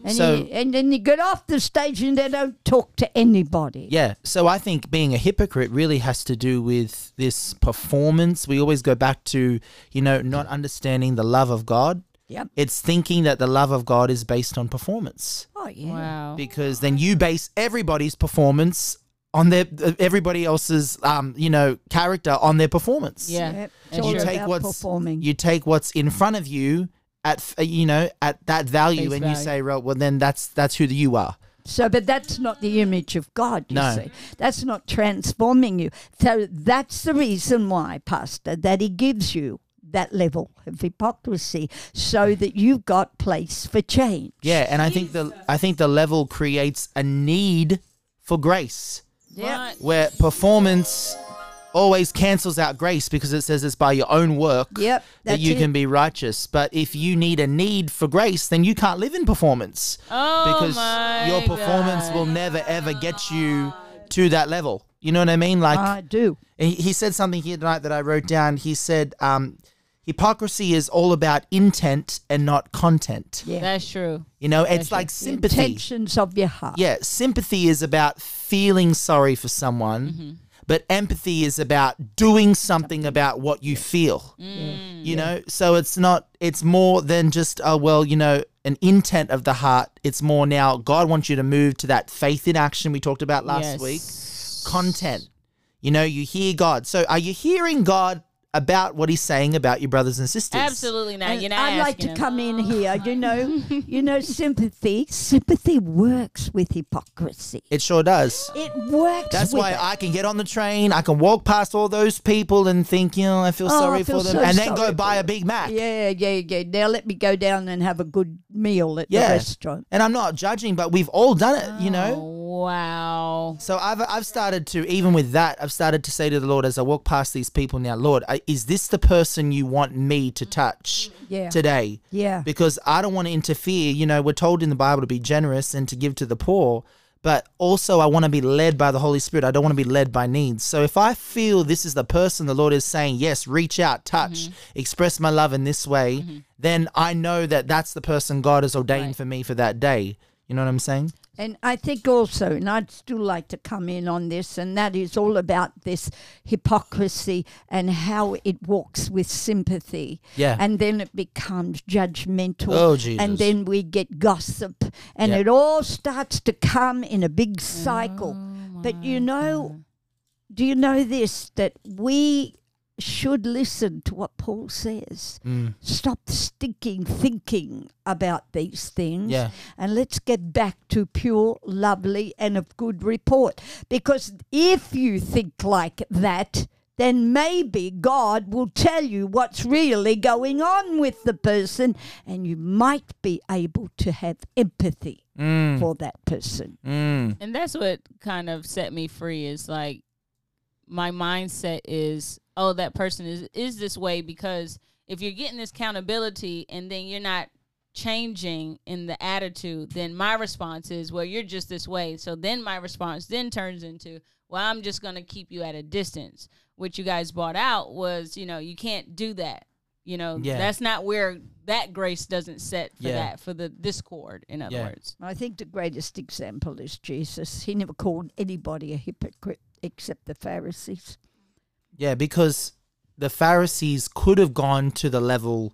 [SPEAKER 2] And
[SPEAKER 4] So-
[SPEAKER 2] you- and then you get off the stage and they don't talk to anybody.
[SPEAKER 4] Yeah. So I think being a hypocrite really has to do with this performance. We always go back to, you know, not understanding the love of God.
[SPEAKER 2] Yep.
[SPEAKER 4] It's thinking that the love of God is based on performance
[SPEAKER 2] Oh yeah.
[SPEAKER 1] Wow.
[SPEAKER 4] because then you base everybody's performance on their everybody else's um, you know, character on their performance.
[SPEAKER 1] Yeah.
[SPEAKER 2] Yep. It's
[SPEAKER 1] And
[SPEAKER 2] all
[SPEAKER 4] You
[SPEAKER 1] sure.
[SPEAKER 2] about
[SPEAKER 4] take what's
[SPEAKER 2] performing.
[SPEAKER 4] you take what's in front of you at f- you know, at that value
[SPEAKER 1] Face
[SPEAKER 4] and you
[SPEAKER 1] value.
[SPEAKER 4] say, well, well then that's that's who you are.
[SPEAKER 2] So, but that's not the image of God, you
[SPEAKER 4] No.
[SPEAKER 2] see. That's not transforming you. So, that's the reason why, Pastor, that He gives you that level of hypocrisy so that you've got place for change.
[SPEAKER 4] Yeah, and I think the I think the level creates a need for grace.
[SPEAKER 1] Yeah.
[SPEAKER 4] where performance always cancels out grace because it says it's by your own work
[SPEAKER 2] Yep,
[SPEAKER 4] that
[SPEAKER 2] that's
[SPEAKER 4] you
[SPEAKER 2] it.
[SPEAKER 4] can be righteous. But if you need a need for grace, then you can't live in performance
[SPEAKER 1] Oh
[SPEAKER 4] because
[SPEAKER 1] my
[SPEAKER 4] your performance
[SPEAKER 1] God.
[SPEAKER 4] will never ever get you to that level. You know what I mean? Like
[SPEAKER 2] I do.
[SPEAKER 4] he he said something here tonight that I wrote down. He said um, hypocrisy is all about intent and not content.
[SPEAKER 2] Yeah.
[SPEAKER 1] That's true.
[SPEAKER 4] You know, it's
[SPEAKER 1] true.
[SPEAKER 4] like
[SPEAKER 2] The
[SPEAKER 4] sympathy.
[SPEAKER 2] intentions of your heart.
[SPEAKER 4] Yeah, sympathy is about feeling sorry for someone, but empathy is about doing something about what you feel. You know, so it's not it's more than just uh, well, you know, an intent of the heart. It's more now God wants you to move to that faith in action we talked about last
[SPEAKER 1] Yes.
[SPEAKER 4] week. Content. You know, you hear God. So are you hearing God about what he's saying about your brothers and sisters?
[SPEAKER 1] Absolutely not.
[SPEAKER 2] And
[SPEAKER 1] You're not
[SPEAKER 2] I'd like
[SPEAKER 1] asking
[SPEAKER 2] to
[SPEAKER 1] him.
[SPEAKER 2] come in here, you know, you know, sympathy. Sympathy works with hypocrisy.
[SPEAKER 4] It sure does.
[SPEAKER 2] It works.
[SPEAKER 4] That's
[SPEAKER 2] with
[SPEAKER 4] why
[SPEAKER 2] it.
[SPEAKER 4] I can get on the train, I can walk past all those people and think, you know, I feel
[SPEAKER 2] Oh, I
[SPEAKER 4] sorry
[SPEAKER 2] feel
[SPEAKER 4] for them,
[SPEAKER 2] so
[SPEAKER 4] and then
[SPEAKER 2] sorry
[SPEAKER 4] go buy
[SPEAKER 2] for
[SPEAKER 4] a Big Mac.
[SPEAKER 2] Yeah, yeah, yeah. Now let me go down and have a good meal at
[SPEAKER 4] Yeah.
[SPEAKER 2] the restaurant.
[SPEAKER 4] And I'm not judging, but we've all done it, you
[SPEAKER 1] Oh,
[SPEAKER 4] know?
[SPEAKER 1] wow.
[SPEAKER 4] So I've, I've started to, even with that, I've started to say to the Lord as I walk past these people now, Lord, I- is this the person you want me to touch
[SPEAKER 2] Yeah.
[SPEAKER 4] today?
[SPEAKER 2] Yeah.
[SPEAKER 4] Because I don't want to interfere. You know, we're told in the Bible to be generous and to give to the poor, but also I want to be led by the Holy Spirit. I don't want to be led by needs. So if I feel this is the person the Lord is saying, yes, reach out, touch, express my love in this way, then I know that that's the person God has ordained for me for that day. You know what I'm saying?
[SPEAKER 2] And I think also, and I'd still like to come in on this, and that is all about this hypocrisy and how it walks with sympathy.
[SPEAKER 4] Yeah.
[SPEAKER 2] And then it becomes judgmental.
[SPEAKER 4] Oh, Jesus.
[SPEAKER 2] And then we get gossip, and
[SPEAKER 4] Yeah.
[SPEAKER 2] it all starts to come in a big cycle. but you know, do you know this? That we should listen to what Paul says. Stop stinking thinking about these things
[SPEAKER 4] Yeah.
[SPEAKER 2] and let's get back to pure, lovely, and of good report. Because if you think like that, then maybe God will tell you what's really going on with the person, and you might be able to have empathy for that person.
[SPEAKER 4] Mm.
[SPEAKER 1] And that's what kind of set me free is like my mindset is, oh, that person is is this way because if you're getting this accountability and then you're not changing in the attitude, then my response is, well, you're just this way. So then my response then turns into, well, I'm just going to keep you at a distance. What you guys brought out was, you know, you can't do that. You know,
[SPEAKER 4] Yeah.
[SPEAKER 1] that's not where that grace doesn't set for
[SPEAKER 4] Yeah.
[SPEAKER 1] that, for the discord, in other
[SPEAKER 4] Yeah.
[SPEAKER 1] words.
[SPEAKER 2] I think the greatest example is Jesus. He never called anybody a hypocrite except the Pharisees.
[SPEAKER 4] Yeah, because the Pharisees could have gone to the level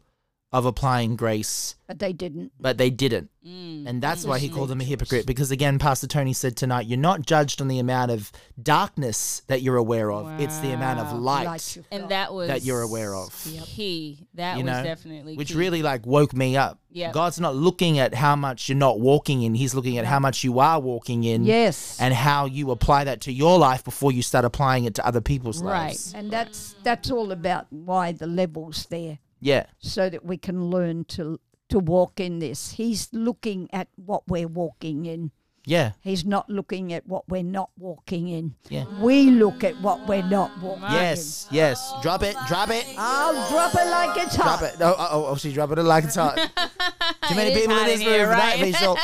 [SPEAKER 4] of applying grace,
[SPEAKER 2] But they didn't.
[SPEAKER 4] but they didn't.
[SPEAKER 1] Mm,
[SPEAKER 4] And that's why he called them a hypocrite. Because again, Pastor Tony said tonight, you're not judged on the amount of darkness that you're aware of, it's the amount of
[SPEAKER 1] Wow.
[SPEAKER 4] light.
[SPEAKER 2] Light you've
[SPEAKER 1] and
[SPEAKER 2] got.
[SPEAKER 1] that was
[SPEAKER 4] that you're aware of.
[SPEAKER 1] He that
[SPEAKER 4] you
[SPEAKER 1] was
[SPEAKER 4] know,
[SPEAKER 1] definitely
[SPEAKER 4] which
[SPEAKER 1] key.
[SPEAKER 4] really like woke me up
[SPEAKER 1] Yeah.
[SPEAKER 4] God's not looking at how much you're not walking in. He's looking at how much you are walking in
[SPEAKER 2] Yes.
[SPEAKER 4] and how you apply that to your life before you start applying it to other people's
[SPEAKER 1] Right.
[SPEAKER 4] lives.
[SPEAKER 2] And that's that's all about why the levels there,
[SPEAKER 4] Yeah.
[SPEAKER 2] so that we can learn to to walk in this. He's looking at what we're walking in.
[SPEAKER 4] Yeah.
[SPEAKER 2] He's not looking at what we're not walking in.
[SPEAKER 4] Yeah.
[SPEAKER 2] We look at what we're not walking.
[SPEAKER 4] Yes. Yes.
[SPEAKER 1] Oh
[SPEAKER 4] Drop it. Drop it.
[SPEAKER 2] I'll drop it like it's hot.
[SPEAKER 4] Drop it. Oh, oh, oh, oh she dropped it like it's hot. Too many
[SPEAKER 1] It is
[SPEAKER 4] people in
[SPEAKER 1] hot
[SPEAKER 4] this
[SPEAKER 1] in
[SPEAKER 4] room
[SPEAKER 1] here,
[SPEAKER 4] for that
[SPEAKER 1] right?
[SPEAKER 4] visual.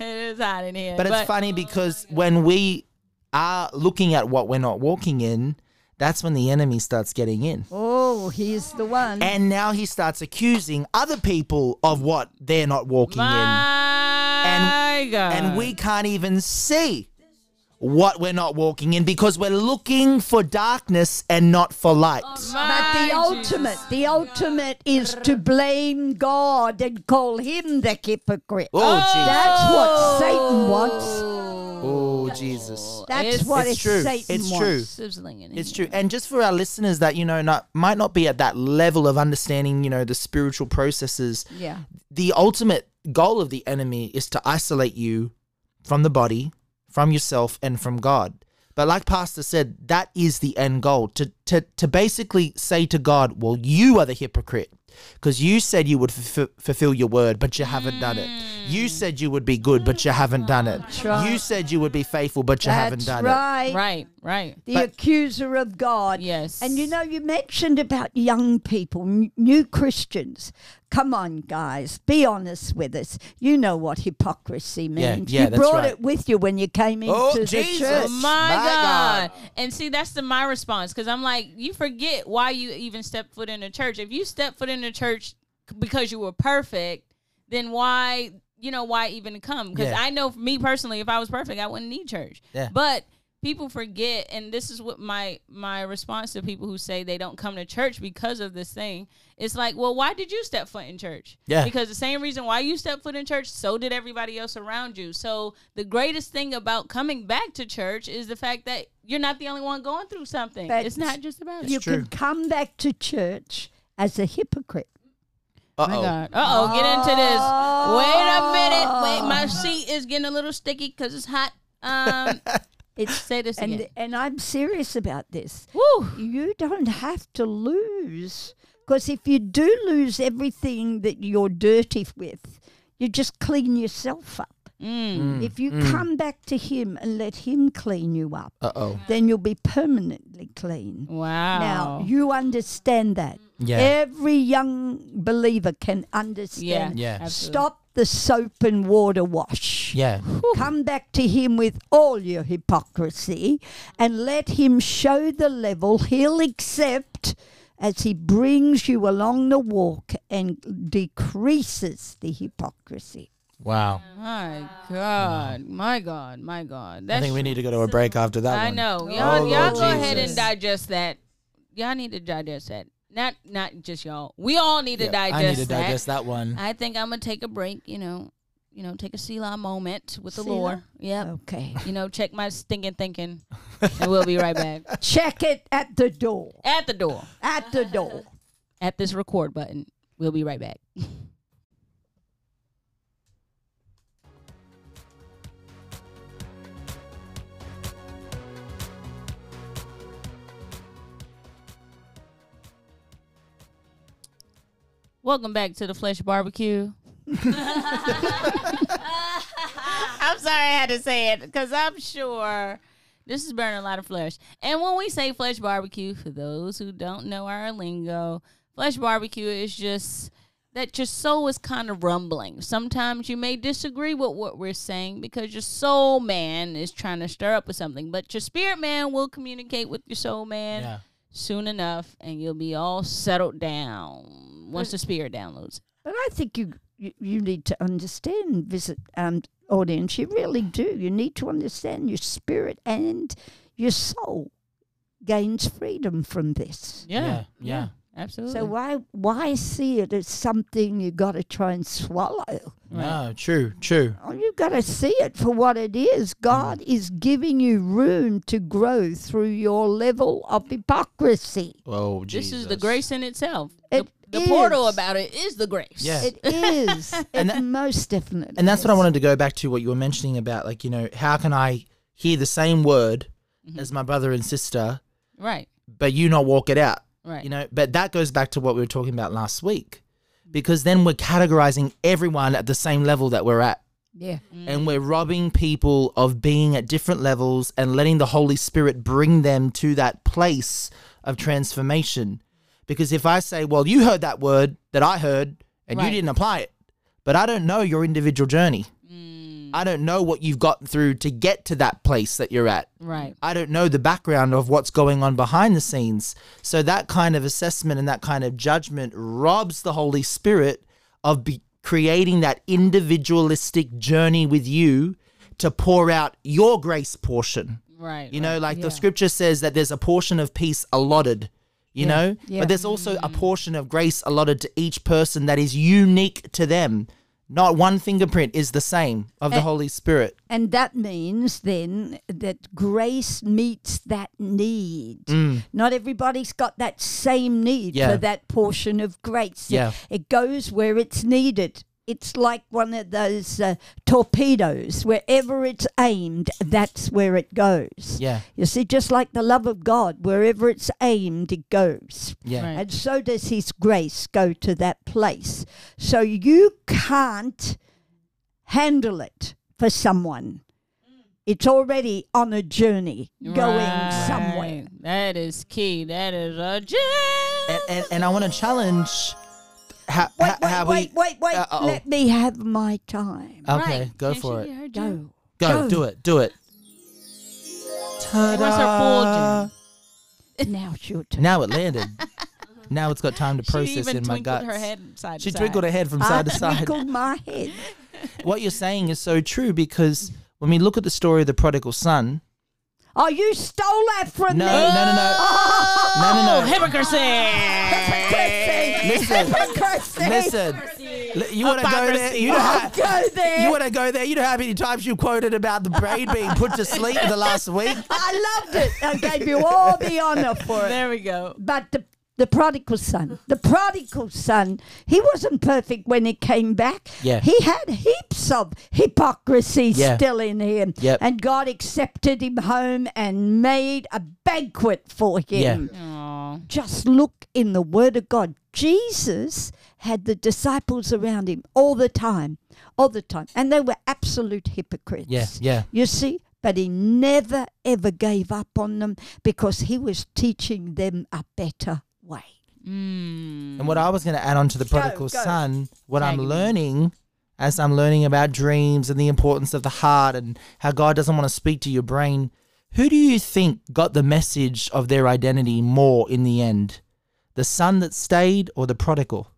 [SPEAKER 1] it is hot in here.
[SPEAKER 4] But it's funny because when we are looking at what we're not walking in, that's when the enemy starts getting in.
[SPEAKER 2] Oh, here's the one.
[SPEAKER 4] And now he starts accusing other people of what they're not walking in.
[SPEAKER 1] My God.
[SPEAKER 4] And we can't even see what we're not walking in because we're looking for darkness and not for light.
[SPEAKER 2] but the ultimate, the ultimate is to blame God and call him the hypocrite.
[SPEAKER 4] Oh, Jesus.
[SPEAKER 2] That's what Satan wants.
[SPEAKER 4] Oh, Jesus.
[SPEAKER 2] That's
[SPEAKER 1] It's-
[SPEAKER 2] what
[SPEAKER 4] It's
[SPEAKER 2] it-
[SPEAKER 4] true.
[SPEAKER 2] Satan
[SPEAKER 4] It's
[SPEAKER 2] wants.
[SPEAKER 4] true.
[SPEAKER 1] Sizzling in
[SPEAKER 4] It's
[SPEAKER 1] here.
[SPEAKER 4] true. And just for our listeners that, you know, not, might not be at that level of understanding, you know, the spiritual processes,
[SPEAKER 2] Yeah.
[SPEAKER 4] the ultimate goal of the enemy is to isolate you from the body, from yourself, and from God. But like Pastor said, that is the end goal to, to, to basically say to God, well, you are the hypocrite because you said you would fulf- fulfill your word, but you haven't done it.
[SPEAKER 1] Mm.
[SPEAKER 4] You said you would be good, but you haven't done it.
[SPEAKER 2] right.
[SPEAKER 4] You said you would be faithful, but you haven't
[SPEAKER 2] That's
[SPEAKER 4] done it.
[SPEAKER 2] right.
[SPEAKER 1] Right, right.
[SPEAKER 2] The
[SPEAKER 4] But-
[SPEAKER 2] accuser of God.
[SPEAKER 1] Yes.
[SPEAKER 2] And you know, you mentioned about young people, n- new Christians. Come on, guys, be honest with us. You know what hypocrisy
[SPEAKER 4] Yeah,
[SPEAKER 2] means.
[SPEAKER 4] yeah,
[SPEAKER 2] you
[SPEAKER 4] that's
[SPEAKER 2] brought
[SPEAKER 4] right.
[SPEAKER 2] it with you when you came into
[SPEAKER 4] Oh,
[SPEAKER 2] the
[SPEAKER 4] Jesus.
[SPEAKER 2] church.
[SPEAKER 1] My,
[SPEAKER 4] My
[SPEAKER 1] God.
[SPEAKER 4] God.
[SPEAKER 1] And see, that's the my response because I'm like, you forget why you even stepped foot in the church. If you stepped foot in the church c- because you were perfect, then why, you know, why even come? Because
[SPEAKER 4] Yeah.
[SPEAKER 1] I know for me personally, if I was perfect, I wouldn't need church.
[SPEAKER 4] Yeah.
[SPEAKER 1] But people forget, and this is what my my response to people who say they don't come to church because of this thing. It's like, well, why did you step foot in church?
[SPEAKER 4] Yeah.
[SPEAKER 1] Because because the same reason why you stepped foot in church, so did everybody else around you. So the greatest thing about coming back to church is the fact that you're not the only one going through something.
[SPEAKER 2] But
[SPEAKER 1] it's not just about it.
[SPEAKER 2] you
[SPEAKER 4] true.
[SPEAKER 2] can come back to church as a hypocrite.
[SPEAKER 1] My
[SPEAKER 4] Uh oh.
[SPEAKER 1] God. Uh oh, get into this. Wait a minute. Wait,
[SPEAKER 2] Oh.
[SPEAKER 1] my seat is getting a little sticky because it's hot. Um,
[SPEAKER 2] It's
[SPEAKER 1] say this
[SPEAKER 2] and
[SPEAKER 1] again.
[SPEAKER 2] and I'm serious about this.
[SPEAKER 1] Woo.
[SPEAKER 2] You don't have to lose because if you do lose everything that you're dirty with, you just clean yourself up.
[SPEAKER 1] Mm.
[SPEAKER 4] Mm.
[SPEAKER 2] If you come back to him and let him clean you up,
[SPEAKER 4] Uh oh.
[SPEAKER 2] then you'll be permanently clean.
[SPEAKER 1] Wow.
[SPEAKER 2] Now you understand that.
[SPEAKER 4] Yeah.
[SPEAKER 2] Every young believer can
[SPEAKER 1] yeah.
[SPEAKER 2] understand.
[SPEAKER 4] Yeah.
[SPEAKER 1] absolutely.
[SPEAKER 2] Stop the soap and water wash.
[SPEAKER 4] Yeah.
[SPEAKER 2] Come back to him with all your hypocrisy and let him show the level he'll accept as he brings you along the walk and decreases the hypocrisy.
[SPEAKER 4] Wow.
[SPEAKER 1] My God. My God. My God. That's
[SPEAKER 4] I think we need to go to a break after that
[SPEAKER 1] I
[SPEAKER 4] one.
[SPEAKER 1] know. Y'all,
[SPEAKER 4] Oh,
[SPEAKER 1] y'all
[SPEAKER 4] Lord
[SPEAKER 1] go ahead and
[SPEAKER 4] Jesus.
[SPEAKER 1] digest that. Y'all need to digest that. Not not just y'all. We all need to
[SPEAKER 4] Yep,
[SPEAKER 1] digest.
[SPEAKER 4] I need to digest that, one.
[SPEAKER 1] I think I'm gonna take a break. You know, you know, take a Selah Oh. moment with the
[SPEAKER 2] Selah?
[SPEAKER 1] Lord. Yep.
[SPEAKER 2] Okay.
[SPEAKER 1] You know, check my stinking thinking, and we'll be right back
[SPEAKER 2] Check it at the door.
[SPEAKER 1] at the door
[SPEAKER 2] At the door.
[SPEAKER 1] at this record button. We'll be right back. Welcome back to the Flesh Barbecue. I'm sorry I had to say it because I'm sure this is burning a lot of flesh. And when we say flesh barbecue, for those who don't know our lingo, flesh barbecue is just that your soul is kind of rumbling. Sometimes you may disagree with what we're saying because your soul man is trying to stir up with something, but your spirit man will communicate with your soul man
[SPEAKER 4] Yeah.
[SPEAKER 1] soon enough and you'll be all settled down once the spirit downloads.
[SPEAKER 2] But I think you, you, you need to understand, visit um, audience. You really do. You need to understand your spirit and your soul gains freedom from this.
[SPEAKER 1] Yeah.
[SPEAKER 4] Yeah, yeah.
[SPEAKER 1] Absolutely.
[SPEAKER 2] So why why see it as something you got to try and swallow?
[SPEAKER 4] No, true, true.
[SPEAKER 2] Oh, you got to see it for what it is. God
[SPEAKER 4] Mm.
[SPEAKER 2] is giving you room to grow through your level of hypocrisy.
[SPEAKER 4] Oh,
[SPEAKER 1] this
[SPEAKER 4] Jesus.
[SPEAKER 1] is the grace in itself.
[SPEAKER 2] It
[SPEAKER 1] the portal
[SPEAKER 2] is.
[SPEAKER 1] about it is the grace.
[SPEAKER 4] Yeah.
[SPEAKER 2] It is.
[SPEAKER 4] And
[SPEAKER 2] and
[SPEAKER 4] that-
[SPEAKER 2] most definitely.
[SPEAKER 4] And that's what I
[SPEAKER 2] is.
[SPEAKER 4] wanted to go back to what you were mentioning about, like, you know, how can I hear the same word
[SPEAKER 1] Mm-hmm.
[SPEAKER 4] as my brother and sister,
[SPEAKER 1] Right.
[SPEAKER 4] but you not walk it out?
[SPEAKER 1] Right.
[SPEAKER 4] You know, but that goes back to what we were talking about last week
[SPEAKER 1] Mm-hmm.
[SPEAKER 4] because then we're categorizing everyone at the same level that we're at.
[SPEAKER 2] Yeah.
[SPEAKER 4] And we're robbing people of being at different levels and letting the Holy Spirit bring them to that place of transformation. Because if I say, well, you heard that word that I heard and
[SPEAKER 1] Right.
[SPEAKER 4] you didn't apply it, but I don't know your individual journey. I don't know what you've gotten through to get to that place that you're at.
[SPEAKER 1] Right.
[SPEAKER 4] I don't know the background of what's going on behind the scenes. So that kind of assessment and that kind of judgment robs the Holy Spirit of be- creating that individualistic journey with you to pour out your grace portion.
[SPEAKER 1] Right.
[SPEAKER 4] You know, like the scripture says that there's a portion of peace allotted, you know,
[SPEAKER 2] yeah. Mm.
[SPEAKER 4] but there's also a portion of grace allotted to each person that is unique to them. Not one fingerprint is the same of
[SPEAKER 2] Eh.
[SPEAKER 4] the Holy Spirit.
[SPEAKER 2] And that means then that grace meets that need. Not everybody's got that same need
[SPEAKER 4] Mm. Yeah.
[SPEAKER 2] for that portion of grace. It-
[SPEAKER 4] Yeah.
[SPEAKER 2] It, goes where it's needed. It's like one of those uh, torpedoes. Wherever it's aimed, that's where it goes.
[SPEAKER 4] Yeah.
[SPEAKER 2] You see, just like the love of God, wherever it's aimed, it goes.
[SPEAKER 4] Yeah.
[SPEAKER 1] Right.
[SPEAKER 2] And so does His grace go to that place. So you can't handle it for someone. It's already on a journey going somewhere.
[SPEAKER 1] Right. That is key. That is a gem.
[SPEAKER 4] and, and, and I want to challenge how,
[SPEAKER 2] Wait,
[SPEAKER 4] how-
[SPEAKER 2] wait,
[SPEAKER 4] how
[SPEAKER 2] wait,
[SPEAKER 4] we.
[SPEAKER 2] wait, wait.
[SPEAKER 4] Uh-oh.
[SPEAKER 2] Let me have my time.
[SPEAKER 4] okay,
[SPEAKER 1] Right.
[SPEAKER 4] go
[SPEAKER 1] Can
[SPEAKER 4] for
[SPEAKER 1] she
[SPEAKER 4] it.
[SPEAKER 1] get her gem?
[SPEAKER 2] Go.
[SPEAKER 4] Go,
[SPEAKER 2] go.
[SPEAKER 4] do it, do it.
[SPEAKER 1] wants her full
[SPEAKER 4] Ta-da.
[SPEAKER 2] Now it's your turn.
[SPEAKER 4] Now it landed. now it's got time to process
[SPEAKER 1] she even
[SPEAKER 4] in my
[SPEAKER 1] twinkled
[SPEAKER 4] guts.
[SPEAKER 1] her head side
[SPEAKER 4] she
[SPEAKER 1] to
[SPEAKER 4] twinkled her
[SPEAKER 1] side.
[SPEAKER 4] head from
[SPEAKER 2] I
[SPEAKER 4] side to side.
[SPEAKER 2] tickled my head.
[SPEAKER 4] What you're saying is so true because when we look at the story of the prodigal son,
[SPEAKER 2] Oh, you stole that
[SPEAKER 4] no,
[SPEAKER 2] from
[SPEAKER 4] no, no,
[SPEAKER 2] me.
[SPEAKER 4] no, no, no,
[SPEAKER 1] Oh,
[SPEAKER 4] no.
[SPEAKER 1] hypocrisy.
[SPEAKER 4] Listen,
[SPEAKER 2] Hypocrisy.
[SPEAKER 4] listen. Li- You want to go there?
[SPEAKER 1] Hypocrisy.
[SPEAKER 4] You don't
[SPEAKER 2] Oh,
[SPEAKER 4] have.
[SPEAKER 2] go there.
[SPEAKER 4] You want to go there? You know how many times you quoted about the braid being put to sleep the last week?
[SPEAKER 2] I loved it. I gave you all the honor for it.
[SPEAKER 1] There we go.
[SPEAKER 2] But the the prodigal son, the prodigal son, he wasn't perfect when he came back.
[SPEAKER 4] Yeah.
[SPEAKER 2] He had heaps of hypocrisy
[SPEAKER 4] Yeah.
[SPEAKER 2] still in him.
[SPEAKER 4] Yep.
[SPEAKER 2] And God accepted him home and made a banquet for him.
[SPEAKER 1] Aw.
[SPEAKER 2] Just look in the Word of God. Jesus had the disciples around him all the time, all the time. And they were absolute hypocrites.
[SPEAKER 4] Yeah, yeah.
[SPEAKER 2] You see? But he never ever gave up on them because he was teaching them a better way.
[SPEAKER 4] And what I was going to add on to the prodigal
[SPEAKER 2] go.
[SPEAKER 4] son, what I'm
[SPEAKER 1] Tag me.
[SPEAKER 4] learning as I'm learning about dreams and the importance of the heart and how God doesn't want to speak to your brain, who do you think got the message of their identity more in the end? The son that stayed or the prodigal?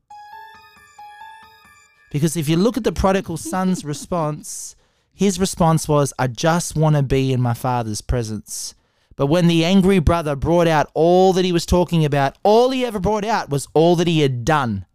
[SPEAKER 4] Because if you look at the prodigal son's response, his response was, I just want to be in my father's presence. But when the angry brother brought out all that he was talking about, all he ever brought out was all that he had done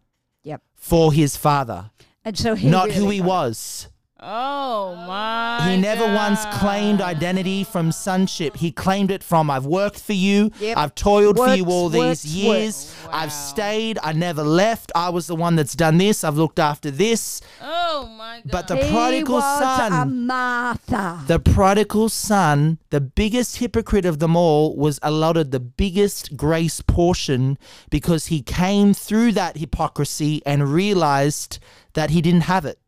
[SPEAKER 2] Yep.
[SPEAKER 4] for his father,
[SPEAKER 2] And so he
[SPEAKER 4] not who
[SPEAKER 2] really
[SPEAKER 4] he
[SPEAKER 2] got
[SPEAKER 4] was.
[SPEAKER 1] Oh my.
[SPEAKER 4] He never once
[SPEAKER 1] God.
[SPEAKER 4] claimed identity from sonship. He claimed it from I've worked for you,
[SPEAKER 2] Yep.
[SPEAKER 4] I've toiled for you
[SPEAKER 2] Works,
[SPEAKER 4] all
[SPEAKER 2] works,
[SPEAKER 4] these years,
[SPEAKER 1] works. Wow.
[SPEAKER 4] I've stayed, I never left, I was the one that's done this, I've looked after this.
[SPEAKER 1] Oh my God.
[SPEAKER 4] But the
[SPEAKER 2] it. He
[SPEAKER 4] prodigal
[SPEAKER 2] was
[SPEAKER 4] son.
[SPEAKER 2] a Martha.
[SPEAKER 4] The prodigal son, the biggest hypocrite of them all, was allotted the biggest grace portion because he came through that hypocrisy and realized that he didn't have it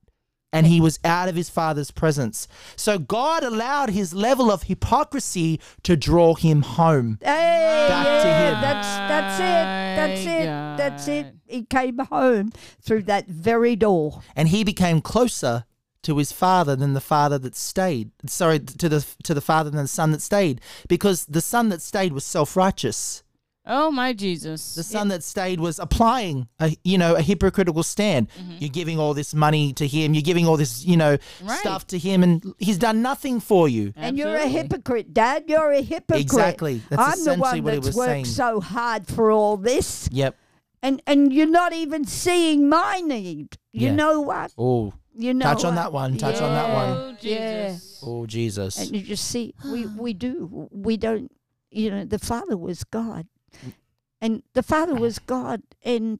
[SPEAKER 4] and he was out of his father's presence. So God allowed his level of hypocrisy to draw him home.
[SPEAKER 2] Hey,
[SPEAKER 4] Back to
[SPEAKER 2] yeah,
[SPEAKER 4] him.
[SPEAKER 2] That's that's it. That's
[SPEAKER 1] My
[SPEAKER 2] it.
[SPEAKER 1] God.
[SPEAKER 2] That's it. He came home through that very door.
[SPEAKER 4] And he became closer to his father than the father that stayed. Sorry, to the to the father than the son that stayed because the son that stayed was self-righteous.
[SPEAKER 1] oh my Jesus.
[SPEAKER 4] The son that stayed was applying a you know a hypocritical stand.
[SPEAKER 2] Mm-hmm.
[SPEAKER 4] You're giving all this money to him. You're giving all this you know
[SPEAKER 1] Right.
[SPEAKER 4] stuff to him, and he's done nothing for you.
[SPEAKER 2] And you're a
[SPEAKER 1] Absolutely.
[SPEAKER 2] hypocrite, Dad. You're a hypocrite.
[SPEAKER 4] Exactly. That's
[SPEAKER 2] I'm the
[SPEAKER 4] essentially
[SPEAKER 2] one
[SPEAKER 4] what he
[SPEAKER 2] that's
[SPEAKER 4] was
[SPEAKER 2] worked
[SPEAKER 4] saying.
[SPEAKER 2] so hard for all this,
[SPEAKER 4] Yep.
[SPEAKER 2] and and you're not even seeing my need. You
[SPEAKER 4] Yeah.
[SPEAKER 2] know what?
[SPEAKER 4] Oh,
[SPEAKER 2] You know.
[SPEAKER 4] touch on
[SPEAKER 2] what?
[SPEAKER 4] that one. Touch on that one.
[SPEAKER 1] Oh
[SPEAKER 2] Yeah.
[SPEAKER 1] Jesus.
[SPEAKER 4] Oh Jesus.
[SPEAKER 2] And you just see, we, we do. We don't, you know, the Father was God. And the Father was God, and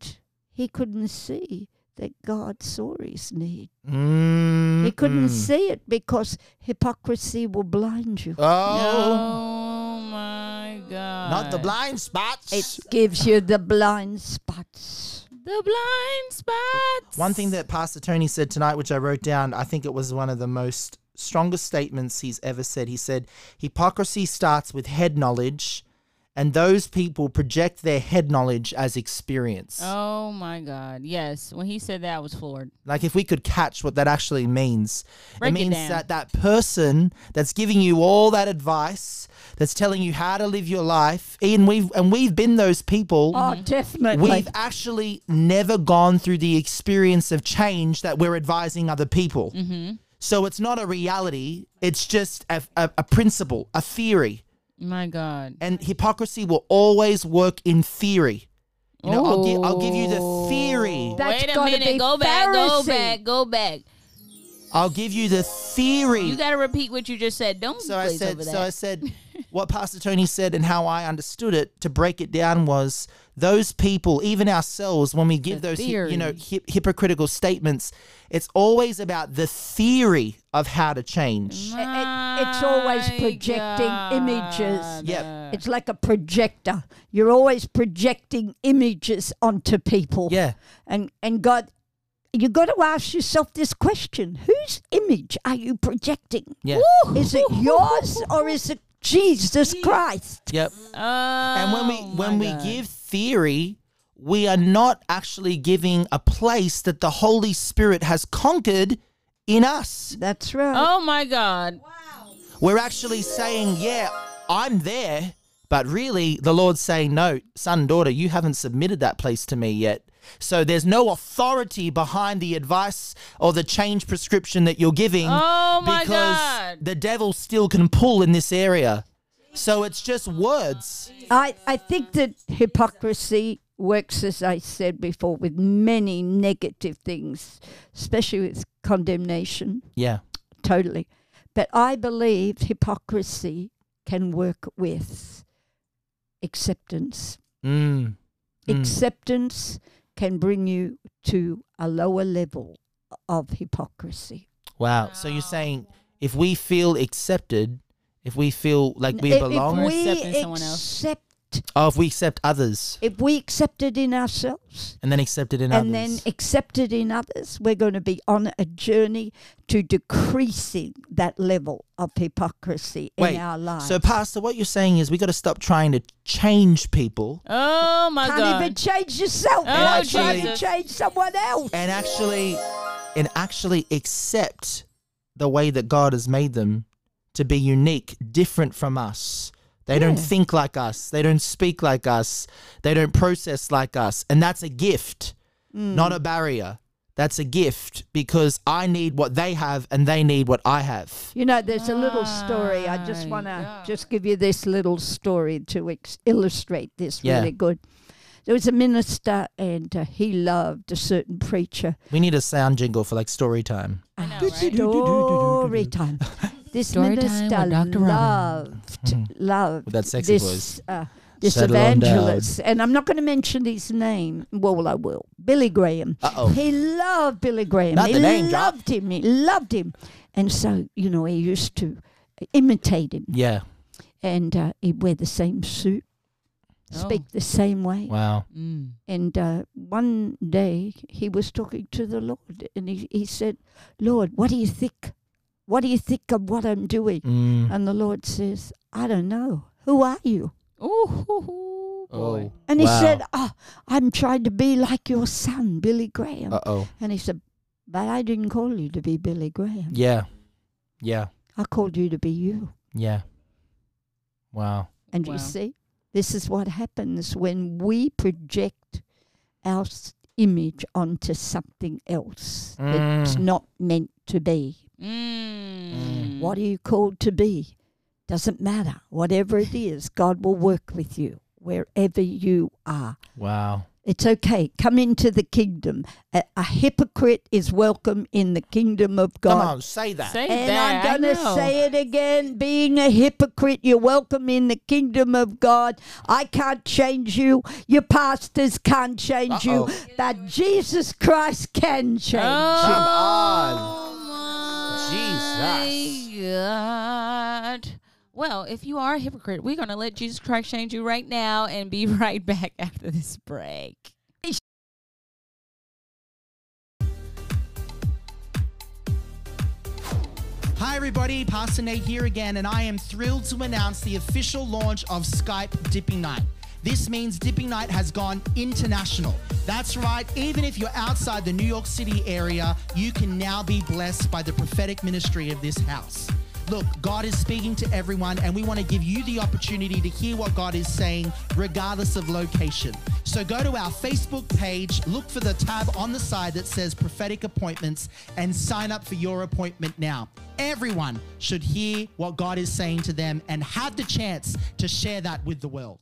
[SPEAKER 2] he couldn't see that God saw his need.
[SPEAKER 4] Mm,
[SPEAKER 2] He couldn't
[SPEAKER 4] mm.
[SPEAKER 2] see it because hypocrisy will blind you.
[SPEAKER 4] Oh,
[SPEAKER 1] Oh my God.
[SPEAKER 4] not the blind spots.
[SPEAKER 2] It gives you the blind spots.
[SPEAKER 1] The blind spots.
[SPEAKER 4] One thing that Pastor Tony said tonight, which I wrote down, I think it was one of the most strongest statements he's ever said. He said, Hypocrisy starts with head knowledge, and those people project their head knowledge as experience.
[SPEAKER 1] Oh my God. Yes. When he said that, I was floored.
[SPEAKER 4] Like, if we could catch what that actually means,
[SPEAKER 1] Break it
[SPEAKER 4] it means
[SPEAKER 1] down.
[SPEAKER 4] that that person that's giving you all that advice, that's telling you how to live your life, Ian, we've, and we've been those people.
[SPEAKER 2] Oh, definitely.
[SPEAKER 4] We've actually never gone through the experience of change that we're advising other people.
[SPEAKER 1] Mm-hmm.
[SPEAKER 4] So it's not a reality, it's just a, a, a principle, a theory.
[SPEAKER 1] My God.
[SPEAKER 4] And hypocrisy will always work in theory. You know, I'll, gi- I'll give you the
[SPEAKER 1] Ooh.
[SPEAKER 4] theory.
[SPEAKER 2] That's
[SPEAKER 1] Wait a
[SPEAKER 2] gotta
[SPEAKER 1] minute.
[SPEAKER 2] be
[SPEAKER 1] go back. Go
[SPEAKER 2] Pharisee.
[SPEAKER 1] back. Go back.
[SPEAKER 4] I'll give you the theory.
[SPEAKER 1] You got to repeat what you just said. Don't
[SPEAKER 4] so I
[SPEAKER 1] glaze
[SPEAKER 4] said,
[SPEAKER 1] over that.
[SPEAKER 4] so I said, what Pastor Tony said and how I understood it to break it down was those people, even ourselves, when we give
[SPEAKER 1] The
[SPEAKER 4] those hy- you know
[SPEAKER 1] theory.
[SPEAKER 4] hy- hypocritical statements, it's always about the theory of how to change.
[SPEAKER 1] Mm-hmm.
[SPEAKER 2] It- it- it's always
[SPEAKER 1] My
[SPEAKER 2] projecting images.
[SPEAKER 1] God.
[SPEAKER 4] Yep.
[SPEAKER 2] It's like a projector. You're always projecting images onto people.
[SPEAKER 4] Yeah.
[SPEAKER 2] And and God you got to ask yourself this question. Whose image are you projecting?
[SPEAKER 4] Yeah.
[SPEAKER 2] Is it yours or is it Jesus Christ?
[SPEAKER 4] Yep. And when we
[SPEAKER 1] Oh,
[SPEAKER 4] when
[SPEAKER 1] my
[SPEAKER 4] we
[SPEAKER 1] God.
[SPEAKER 4] give theory, we are not actually giving a place that the Holy Spirit has conquered in us.
[SPEAKER 2] That's right.
[SPEAKER 1] Oh my God.
[SPEAKER 4] We're actually saying, yeah, I'm there, but really the Lord's saying, no, son, daughter, you haven't submitted that place to me yet. So there's no authority behind the advice or the change prescription that you're giving
[SPEAKER 1] Oh my
[SPEAKER 4] because
[SPEAKER 1] God.
[SPEAKER 4] the devil still can pull in this area. So it's just words.
[SPEAKER 2] I, I think that hypocrisy works, as I said before, with many negative things, especially with condemnation.
[SPEAKER 4] Yeah.
[SPEAKER 2] totally. But I believe hypocrisy can work with acceptance.
[SPEAKER 4] Mm. Mm.
[SPEAKER 2] Acceptance can bring you to a lower level of hypocrisy.
[SPEAKER 4] Wow. So you're saying if we feel accepted, if we feel like we
[SPEAKER 2] If-
[SPEAKER 4] belong,
[SPEAKER 2] if
[SPEAKER 1] Or
[SPEAKER 2] we
[SPEAKER 1] accepting someone else.
[SPEAKER 2] accept,
[SPEAKER 4] oh, if we accept others
[SPEAKER 2] if we accept it in ourselves
[SPEAKER 4] and then accept it in
[SPEAKER 2] and then
[SPEAKER 4] others.
[SPEAKER 2] accept it in others, we're going to be on a journey to decreasing that level of hypocrisy in our lives.
[SPEAKER 4] So, Pastor, what you're saying is we got to stop trying to change people
[SPEAKER 1] Oh my
[SPEAKER 2] can't
[SPEAKER 1] God.
[SPEAKER 2] even change yourself.
[SPEAKER 1] Oh,
[SPEAKER 2] Why can't you
[SPEAKER 1] Jesus.
[SPEAKER 2] change someone else?
[SPEAKER 4] and actually and actually accept the way that God has made them to be unique, different from us. They don't think like us. They don't speak like us. They don't process like us. And that's a gift,
[SPEAKER 2] Mm.
[SPEAKER 4] not a barrier. That's a gift because I need what they have and they need what I have.
[SPEAKER 2] You know, there's a little story. I just
[SPEAKER 1] My
[SPEAKER 2] want to just give you this little story to ex- illustrate this
[SPEAKER 4] Yeah.
[SPEAKER 2] really good. There was a minister, and uh, he loved a certain preacher.
[SPEAKER 4] We need a sound jingle for like story time.
[SPEAKER 1] I know,
[SPEAKER 2] Ah,
[SPEAKER 1] right?
[SPEAKER 2] Story time. This
[SPEAKER 1] Story
[SPEAKER 2] minister
[SPEAKER 1] time with Dr. Robin.
[SPEAKER 2] loved, loved
[SPEAKER 4] Hmm. With that sexy
[SPEAKER 2] this,
[SPEAKER 4] voice.
[SPEAKER 2] Uh, this
[SPEAKER 4] Settle on down.
[SPEAKER 2] evangelist, and I'm not going to mention his name. Well, I will. Billy Graham.
[SPEAKER 4] Uh-oh.
[SPEAKER 2] He loved Billy Graham.
[SPEAKER 4] Oh. Not
[SPEAKER 2] he
[SPEAKER 4] the name drop.
[SPEAKER 2] loved him. He loved him, and so you know he used to imitate him,
[SPEAKER 4] Yeah.
[SPEAKER 2] and uh, he'd wear the same suit,
[SPEAKER 4] Oh.
[SPEAKER 2] speak the same way.
[SPEAKER 4] Wow.
[SPEAKER 1] Mm.
[SPEAKER 2] And uh, one day he was talking to the Lord and he, he said, Lord, what do you think? What do you think of what I'm doing?
[SPEAKER 4] Mm.
[SPEAKER 2] And the Lord says, I don't know. Who are you?
[SPEAKER 1] Ooh, hoo, hoo,
[SPEAKER 4] Oh.
[SPEAKER 1] boy.
[SPEAKER 2] And he
[SPEAKER 4] Wow.
[SPEAKER 2] said, oh, I'm trying to be like your son, Billy Graham.
[SPEAKER 4] Uh oh.
[SPEAKER 2] and he said, But I didn't call you to be Billy Graham.
[SPEAKER 4] Yeah. Yeah.
[SPEAKER 2] I called you to be you.
[SPEAKER 4] Yeah. Wow.
[SPEAKER 2] And
[SPEAKER 1] Wow.
[SPEAKER 2] you see, this is what happens when we project our s- image onto something else that's
[SPEAKER 4] Mm.
[SPEAKER 2] not meant to be.
[SPEAKER 1] Mm.
[SPEAKER 2] What are you called to be? Doesn't matter. Whatever it is, God will work with you wherever you are.
[SPEAKER 4] Wow.
[SPEAKER 2] It's okay. Come into the kingdom. A, a hypocrite is welcome in the kingdom of God.
[SPEAKER 6] Come on, say that.
[SPEAKER 1] Say
[SPEAKER 2] And
[SPEAKER 1] that. I
[SPEAKER 2] I'm going to
[SPEAKER 1] know.
[SPEAKER 2] say it again. Being a hypocrite, you're welcome in the kingdom of God. I can't change you. Your pastors can't change
[SPEAKER 6] Uh-oh.
[SPEAKER 2] you. But Jesus Christ can change
[SPEAKER 1] Oh,
[SPEAKER 6] Come on.
[SPEAKER 1] my
[SPEAKER 6] Jesus.
[SPEAKER 1] God. Well, if you are a hypocrite, we're going to let Jesus Christ change you right now and be right back after this break.
[SPEAKER 6] Hi, everybody. Pastor Nate here again, and I am thrilled to announce the official launch of Skype Dipping Night. This means Dipping Night has gone international. That's right, even if you're outside the New York City area, you can now be blessed by the prophetic ministry of this house. Look, God is speaking to everyone, and we want to give you the opportunity to hear what God is saying, regardless of location. So go to our Facebook page, look for the tab on the side that says prophetic appointments, and sign up for your appointment now. Everyone should hear what God is saying to them and have the chance to share that with the world.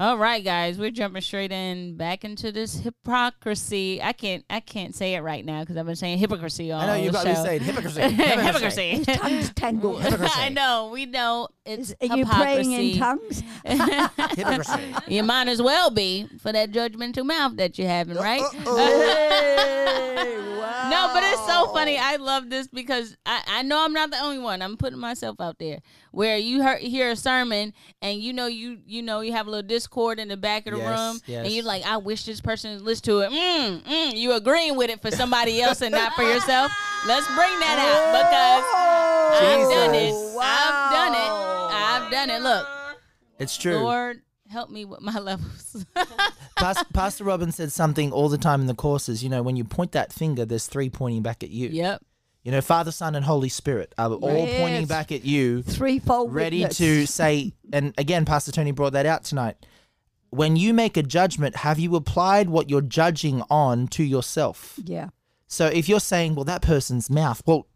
[SPEAKER 1] All right, guys, we're jumping straight in back into this hypocrisy. I can't, I can't say it right now because I've been saying hypocrisy all.
[SPEAKER 7] I know you got
[SPEAKER 1] got
[SPEAKER 7] to be saying hypocrisy.
[SPEAKER 1] hypocrisy.
[SPEAKER 2] Tongues tangled.
[SPEAKER 1] I know. We know it's
[SPEAKER 2] Is- Are you praying in
[SPEAKER 1] hypocrisy.
[SPEAKER 2] tongues?
[SPEAKER 7] Hypocrisy.
[SPEAKER 1] You might as well be for that judgmental mouth that you're having, right? No, but it's so funny. I love this because I, I know I'm not the only one. I'm putting myself out there where you hear, hear a sermon and you know you you know you have a little discord in the back of the
[SPEAKER 6] Yes,
[SPEAKER 1] room
[SPEAKER 6] yes.
[SPEAKER 1] and you're like, I wish this person would listen to it. Mm, mm, you agreeing with it for somebody else and not for yourself. Let's bring that out because I've done it.
[SPEAKER 7] Jesus.
[SPEAKER 1] I've done it. I've done it. Look,
[SPEAKER 7] It's true.
[SPEAKER 1] Lord, help me with my levels.
[SPEAKER 6] Pas- Pastor Robin said something all the time in the courses. You know, when you point that finger, there's three pointing back at you.
[SPEAKER 1] yep.
[SPEAKER 6] You know, Father, Son, and Holy Spirit are all
[SPEAKER 2] Yes.
[SPEAKER 6] pointing back at you.
[SPEAKER 2] Threefold
[SPEAKER 6] ready
[SPEAKER 2] witness.
[SPEAKER 6] to say, and again, Pastor Tony brought that out tonight. When you make a judgment, have you applied what you're judging on to yourself?
[SPEAKER 2] Yeah.
[SPEAKER 6] So if you're saying, well, that person's mouth, well,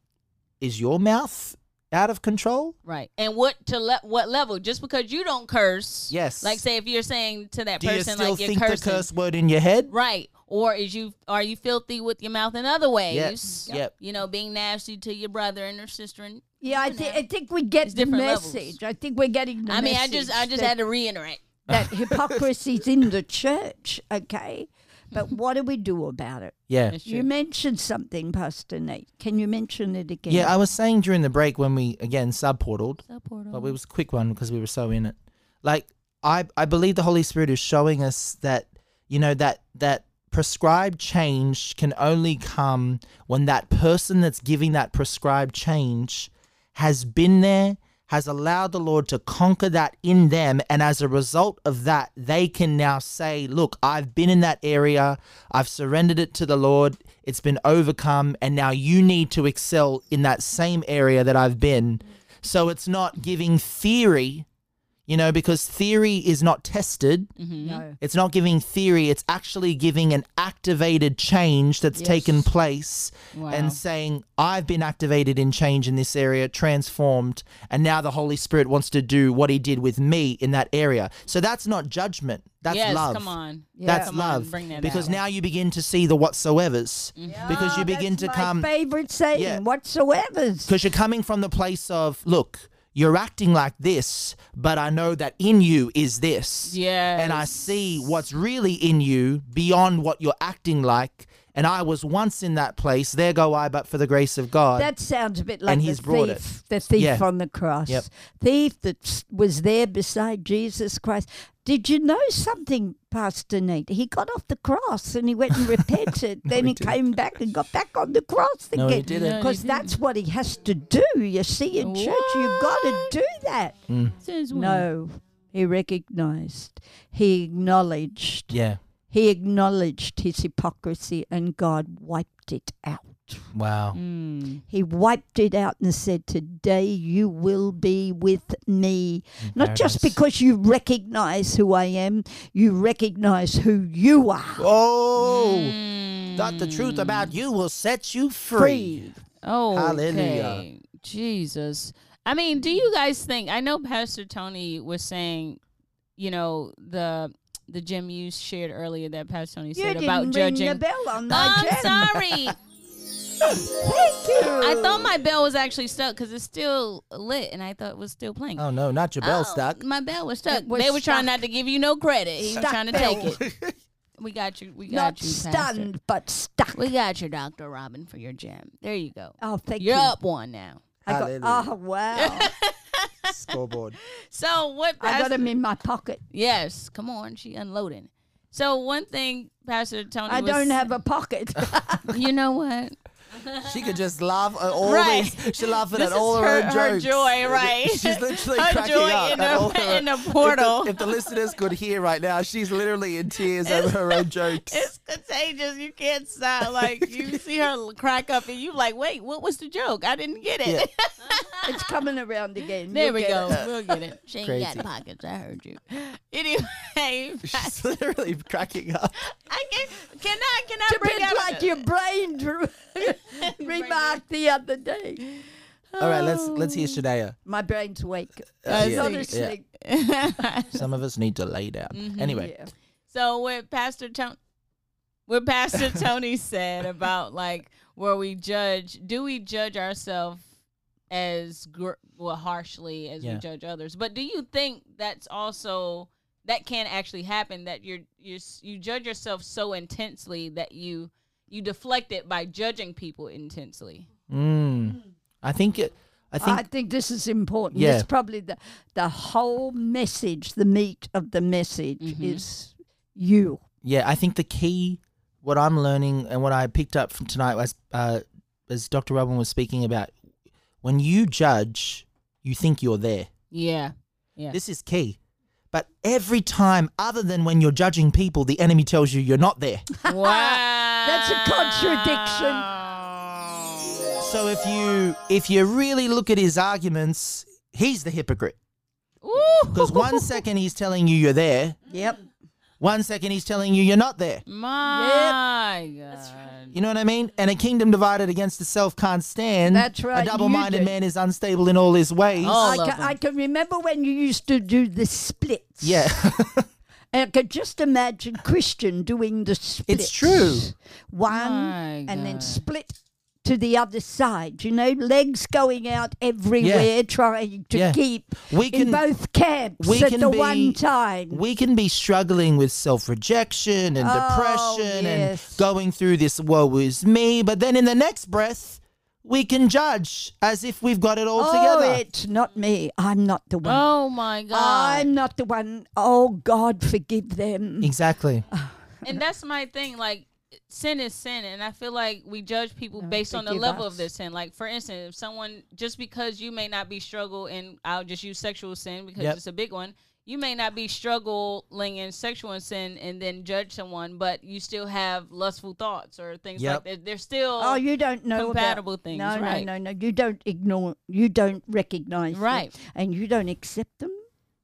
[SPEAKER 6] is your mouth out of control?
[SPEAKER 1] Right. And what to le- what level? Just because you don't curse.
[SPEAKER 6] Yes.
[SPEAKER 1] Like say if you're saying to that
[SPEAKER 6] Do you
[SPEAKER 1] person
[SPEAKER 6] still
[SPEAKER 1] like you're
[SPEAKER 6] think the
[SPEAKER 1] cursing.
[SPEAKER 6] curse word in your head?
[SPEAKER 1] Right. Or is you are you filthy with your mouth in other ways?
[SPEAKER 6] Yes. Yep.
[SPEAKER 1] You know, being nasty to your brother and your sister and
[SPEAKER 2] Yeah, I, thi- I think we get
[SPEAKER 1] It's
[SPEAKER 2] the
[SPEAKER 1] different levels.
[SPEAKER 2] message. I think we're getting the
[SPEAKER 1] I mean I
[SPEAKER 2] message
[SPEAKER 1] just I just
[SPEAKER 2] that-
[SPEAKER 1] had to reiterate.
[SPEAKER 2] that hypocrisy's in the church, okay? But what do we do about it?
[SPEAKER 6] Yeah.
[SPEAKER 2] You mentioned something, Pastor Nate. Can you mention it again?
[SPEAKER 6] Yeah, I was saying during the break when we again subportaled, but it was a quick one because we were so in it. Like I, I believe the Holy Spirit is showing us that you know that that prescribed change can only come when that person that's giving that prescribed change has been there, has allowed the Lord to conquer that in them. And as a result of that, they can now say, Look, I've been in that area, I've surrendered it to the Lord, it's been overcome, and now you need to excel in that same area that I've been. So it's not giving theory, you know, because theory is not tested.
[SPEAKER 1] Mm-hmm.
[SPEAKER 2] No.
[SPEAKER 6] It's not giving theory, it's actually giving an activated change that's taken place
[SPEAKER 1] Wow.
[SPEAKER 6] and saying, I've been activated in change in this area, transformed, and now the Holy Spirit wants to do what he did with me in that area. So that's not judgment, that's
[SPEAKER 1] yes,
[SPEAKER 6] love.
[SPEAKER 1] come on.
[SPEAKER 6] That's
[SPEAKER 1] Come on,
[SPEAKER 6] love.
[SPEAKER 1] bring that Mm-hmm.
[SPEAKER 6] because
[SPEAKER 1] out.
[SPEAKER 6] now you begin to see the whatsoevers. Because you begin to
[SPEAKER 2] my
[SPEAKER 6] come
[SPEAKER 2] favorite saying,
[SPEAKER 6] um, Yeah.
[SPEAKER 2] whatsoever.
[SPEAKER 6] because you're coming from the place of, look, you're acting like this, but I know that in you is this.
[SPEAKER 1] Yes.
[SPEAKER 6] And I see what's really in you beyond what you're acting like. And I was once in that place. There go I, but for the grace of God.
[SPEAKER 2] That sounds a bit like
[SPEAKER 6] he's
[SPEAKER 2] the
[SPEAKER 6] brought it.
[SPEAKER 2] thief, the thief
[SPEAKER 6] Yeah.
[SPEAKER 2] on the cross,
[SPEAKER 6] Yep.
[SPEAKER 2] thief that s- was there beside Jesus Christ. Did you know something, Pastor Nate? He got off the cross and he went and repented. then he came back and got back on the cross
[SPEAKER 6] No,
[SPEAKER 2] again.
[SPEAKER 6] he didn't. No, he
[SPEAKER 2] Because that's what he has to do. You see, in church, you've got to do that.
[SPEAKER 6] Hmm.
[SPEAKER 1] Since when?
[SPEAKER 2] No, he recognized, he acknowledged,
[SPEAKER 6] yeah.
[SPEAKER 2] he acknowledged his hypocrisy, and God wiped it out. out.
[SPEAKER 6] Wow.
[SPEAKER 1] Mm.
[SPEAKER 2] He wiped it out and said, Today you will be with me. Not just
[SPEAKER 6] Paradise.
[SPEAKER 2] because you recognize who I am, you recognize who you are.
[SPEAKER 8] Oh, that the truth about you will set you free.
[SPEAKER 1] Oh,
[SPEAKER 8] Hallelujah.
[SPEAKER 1] okay. Jesus. I mean, do you guys think? I know Pastor Tony was saying, you know, the the gem you shared earlier that Pastor Tony
[SPEAKER 2] You
[SPEAKER 1] said
[SPEAKER 2] didn't
[SPEAKER 1] about
[SPEAKER 2] ring
[SPEAKER 1] judging. Oh,
[SPEAKER 2] the bell on that
[SPEAKER 1] I'm
[SPEAKER 2] gem.
[SPEAKER 1] sorry.
[SPEAKER 2] Thank you.
[SPEAKER 1] I thought my bell was actually stuck because it's still lit, and I thought it was still playing.
[SPEAKER 8] Oh no, not your bell
[SPEAKER 1] Oh,
[SPEAKER 8] stuck.
[SPEAKER 1] My bell was stuck.
[SPEAKER 2] It was
[SPEAKER 1] they were trying not
[SPEAKER 2] stuck.
[SPEAKER 1] to give you no credit. He was
[SPEAKER 2] Stuck
[SPEAKER 1] trying to
[SPEAKER 2] bell.
[SPEAKER 1] take it. We got you. We got
[SPEAKER 2] Not
[SPEAKER 1] you. Pastor.
[SPEAKER 2] stunned, but stuck.
[SPEAKER 1] We got you, Doctor Robin, for your gem. There you go.
[SPEAKER 2] Oh, thank
[SPEAKER 1] You're
[SPEAKER 2] you.
[SPEAKER 1] up one now.
[SPEAKER 2] I got,
[SPEAKER 8] Hallelujah.
[SPEAKER 2] oh, wow.
[SPEAKER 8] Scoreboard.
[SPEAKER 1] So what?
[SPEAKER 2] I got
[SPEAKER 1] Pastor-
[SPEAKER 2] him in my pocket.
[SPEAKER 1] Yes, come on, she unloading. So one thing, Pastor Tony,
[SPEAKER 2] I
[SPEAKER 1] was-
[SPEAKER 2] don't have a pocket.
[SPEAKER 1] You know what?
[SPEAKER 8] She could just laugh at all
[SPEAKER 1] Right.
[SPEAKER 8] these. She laughing
[SPEAKER 1] This
[SPEAKER 8] at all
[SPEAKER 1] is
[SPEAKER 8] her,
[SPEAKER 1] her,
[SPEAKER 8] own
[SPEAKER 1] her
[SPEAKER 8] jokes.
[SPEAKER 1] joy, right?
[SPEAKER 8] She's literally
[SPEAKER 1] her
[SPEAKER 8] cracking
[SPEAKER 1] joy
[SPEAKER 8] up
[SPEAKER 1] in
[SPEAKER 8] at
[SPEAKER 1] the-
[SPEAKER 8] all her.
[SPEAKER 1] in the
[SPEAKER 8] If the-
[SPEAKER 1] portal.
[SPEAKER 8] If the, listeners could hear right now, she's literally in tears over her own jokes.
[SPEAKER 1] it's contagious. You can't stop. Like you see her l- crack up, and you like, wait, what was the joke? I didn't get it.
[SPEAKER 2] it's coming around again.
[SPEAKER 1] there
[SPEAKER 2] You'll
[SPEAKER 1] we
[SPEAKER 2] get
[SPEAKER 1] go.
[SPEAKER 2] it.
[SPEAKER 1] We'll get it. She ain't
[SPEAKER 8] Crazy.
[SPEAKER 1] got pockets. I heard you. Anyway,
[SPEAKER 8] She's literally cracking up.
[SPEAKER 1] I can. Can I? Can I
[SPEAKER 2] It's a
[SPEAKER 1] bring
[SPEAKER 2] bit
[SPEAKER 1] up
[SPEAKER 2] like
[SPEAKER 1] the-
[SPEAKER 2] your brain dr- remarked the other day. Oh,
[SPEAKER 8] All right, let's let's
[SPEAKER 1] Oh.
[SPEAKER 8] hear Shania.
[SPEAKER 2] My brain's awake.
[SPEAKER 8] Uh,
[SPEAKER 2] it's
[SPEAKER 8] yeah,
[SPEAKER 2] not
[SPEAKER 8] yeah.
[SPEAKER 2] asleep.
[SPEAKER 8] Some of us need to lay down.
[SPEAKER 1] Mm-hmm.
[SPEAKER 8] Anyway,
[SPEAKER 2] Yeah.
[SPEAKER 1] So what Pastor Tony, what Pastor Tony said about like where we judge, do we judge ourselves as gr- well harshly as
[SPEAKER 8] Yeah.
[SPEAKER 1] we judge others? But do you think that's also that can actually happen that you're you you judge yourself so intensely that you you deflect it by judging people intensely?
[SPEAKER 6] Mm. I think it. I think
[SPEAKER 2] I think this is important.
[SPEAKER 6] Yeah.
[SPEAKER 2] It's probably the the whole message, the meat of the message is you.
[SPEAKER 6] yeah, I think the key, what I'm learning and what I picked up from tonight was, uh, as Dr. Robin was speaking about, when you judge, you think you're there.
[SPEAKER 1] Yeah. Yeah.
[SPEAKER 6] This is key. But every time, other than when you're judging people, the enemy tells you you're not there.
[SPEAKER 1] wow.
[SPEAKER 2] That's
[SPEAKER 1] Ah.
[SPEAKER 2] a contradiction.
[SPEAKER 6] so if you if you really look at his arguments, he's the hypocrite. Because one second he's telling you you're there,
[SPEAKER 2] Yep.
[SPEAKER 6] one second he's telling you you're not there.
[SPEAKER 1] My God.
[SPEAKER 6] You know what I mean? And a kingdom divided against itself can't stand.
[SPEAKER 2] That's right,
[SPEAKER 6] A
[SPEAKER 2] you
[SPEAKER 6] double-minded
[SPEAKER 2] did.
[SPEAKER 6] man is unstable in all his ways.
[SPEAKER 1] Oh. All
[SPEAKER 2] I
[SPEAKER 1] of
[SPEAKER 2] can,
[SPEAKER 1] them.
[SPEAKER 2] I can remember when you used to do the splits.
[SPEAKER 6] Yeah.
[SPEAKER 2] And I could just imagine Christian doing the splits.
[SPEAKER 6] true.
[SPEAKER 2] One
[SPEAKER 1] My
[SPEAKER 2] and then
[SPEAKER 1] God.
[SPEAKER 2] split to the other side. You know, legs going out everywhere, trying to
[SPEAKER 6] Yeah.
[SPEAKER 2] keep
[SPEAKER 6] We
[SPEAKER 2] in
[SPEAKER 6] can-
[SPEAKER 2] both camps
[SPEAKER 6] we
[SPEAKER 2] at
[SPEAKER 6] can
[SPEAKER 2] the
[SPEAKER 6] be-
[SPEAKER 2] one time.
[SPEAKER 6] we can be struggling with self-rejection and
[SPEAKER 2] Oh,
[SPEAKER 6] depression
[SPEAKER 2] yes.
[SPEAKER 6] and going through this woe is me, but then in the next breath, we can judge as if we've got it all
[SPEAKER 2] Oh,
[SPEAKER 6] together.
[SPEAKER 2] it's not me. I'm not the one.
[SPEAKER 1] Oh my God.
[SPEAKER 2] I'm not the one. Oh, God, forgive them.
[SPEAKER 6] Exactly.
[SPEAKER 2] Oh,
[SPEAKER 1] and that's my thing. Like sin is sin, and I feel like we judge people based on the
[SPEAKER 2] forgive
[SPEAKER 1] level
[SPEAKER 2] us.
[SPEAKER 1] of their sin. Like for instance, if someone just because you may not be struggle, and I'll just use sexual sin because
[SPEAKER 6] Yep.
[SPEAKER 1] it's a big one. You may not be struggling in sexual sin and then judge someone, but you still have lustful thoughts or things
[SPEAKER 6] Yep.
[SPEAKER 1] like that. They're still
[SPEAKER 2] Oh, you don't know about-
[SPEAKER 1] compatible things,
[SPEAKER 2] No,
[SPEAKER 1] right.
[SPEAKER 2] no, no, no. You don't ignore. You don't recognize. them,
[SPEAKER 1] Right.
[SPEAKER 2] and you don't accept them,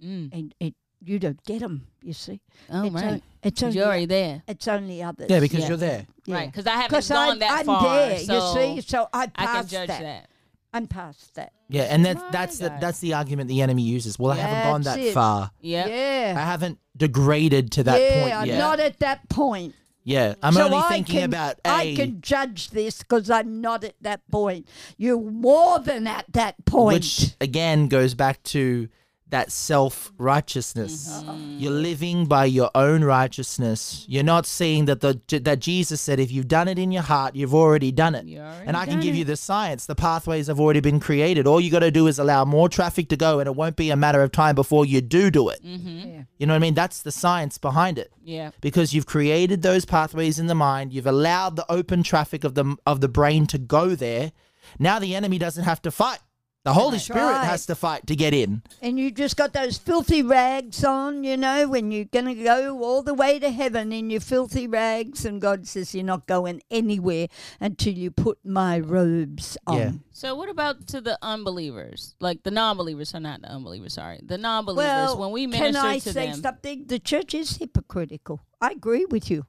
[SPEAKER 1] Mm.
[SPEAKER 2] and it you don't get them. You see.
[SPEAKER 1] Oh,
[SPEAKER 2] it's
[SPEAKER 1] right.
[SPEAKER 2] on- it's only
[SPEAKER 1] you're already there,
[SPEAKER 2] It's only others.
[SPEAKER 6] Yeah, because
[SPEAKER 1] Yeah.
[SPEAKER 6] you're there.
[SPEAKER 2] Yeah.
[SPEAKER 1] right? Because I haven't
[SPEAKER 2] 'Cause
[SPEAKER 1] gone
[SPEAKER 2] I'm,
[SPEAKER 1] that
[SPEAKER 2] I'm
[SPEAKER 1] far,
[SPEAKER 2] there.
[SPEAKER 1] so
[SPEAKER 2] you see, so I
[SPEAKER 1] I
[SPEAKER 2] passed
[SPEAKER 1] can judge that.
[SPEAKER 2] I'm past that.
[SPEAKER 6] Yeah, and that's
[SPEAKER 1] My
[SPEAKER 6] that's the,
[SPEAKER 1] God.
[SPEAKER 6] that's the argument the enemy uses. Well, I haven't gone
[SPEAKER 2] That's
[SPEAKER 6] that
[SPEAKER 2] it.
[SPEAKER 6] far.
[SPEAKER 1] Yep.
[SPEAKER 6] I
[SPEAKER 2] Yeah.
[SPEAKER 6] haven't degraded to that
[SPEAKER 2] yeah,
[SPEAKER 6] point
[SPEAKER 2] I'm
[SPEAKER 6] yet.
[SPEAKER 2] not at that point.
[SPEAKER 6] yeah, I'm
[SPEAKER 2] so
[SPEAKER 6] only
[SPEAKER 2] I
[SPEAKER 6] thinking
[SPEAKER 2] can,
[SPEAKER 6] about a.
[SPEAKER 2] I can judge this because I'm not at that point. You're more than at that point.
[SPEAKER 6] Which again goes back to that self righteousness.
[SPEAKER 1] Mm-hmm.
[SPEAKER 6] You're living by your own righteousness. You're not seeing that the that Jesus said, if you've done it in your heart, you've already done it.
[SPEAKER 1] You already
[SPEAKER 6] and I can
[SPEAKER 1] done
[SPEAKER 6] give
[SPEAKER 1] it.
[SPEAKER 6] you the science. The pathways have already been created. All you got to do is allow more traffic to go, and it won't be a matter of time before you do do it.
[SPEAKER 1] Mm-hmm.
[SPEAKER 6] You know what I mean? That's the science behind it
[SPEAKER 1] Yeah.
[SPEAKER 6] because you've created those pathways in the mind you've allowed the open traffic of the of the brain to go there now the enemy doesn't have to fight
[SPEAKER 9] The Holy
[SPEAKER 2] That's
[SPEAKER 9] Spirit
[SPEAKER 2] right.
[SPEAKER 9] has to fight to get in.
[SPEAKER 2] And you just got those filthy rags on, you know, when you're going to go all the way to heaven in your filthy rags. And God says, You're not going anywhere until you put my robes on.
[SPEAKER 9] Yeah.
[SPEAKER 1] So what about to the unbelievers? Like the non-believers are not the unbelievers, sorry. The non-believers
[SPEAKER 2] Well,
[SPEAKER 1] when we
[SPEAKER 2] can
[SPEAKER 1] minister
[SPEAKER 2] I
[SPEAKER 1] to
[SPEAKER 2] say
[SPEAKER 1] them.
[SPEAKER 2] something? The church is hypocritical. I agree with you.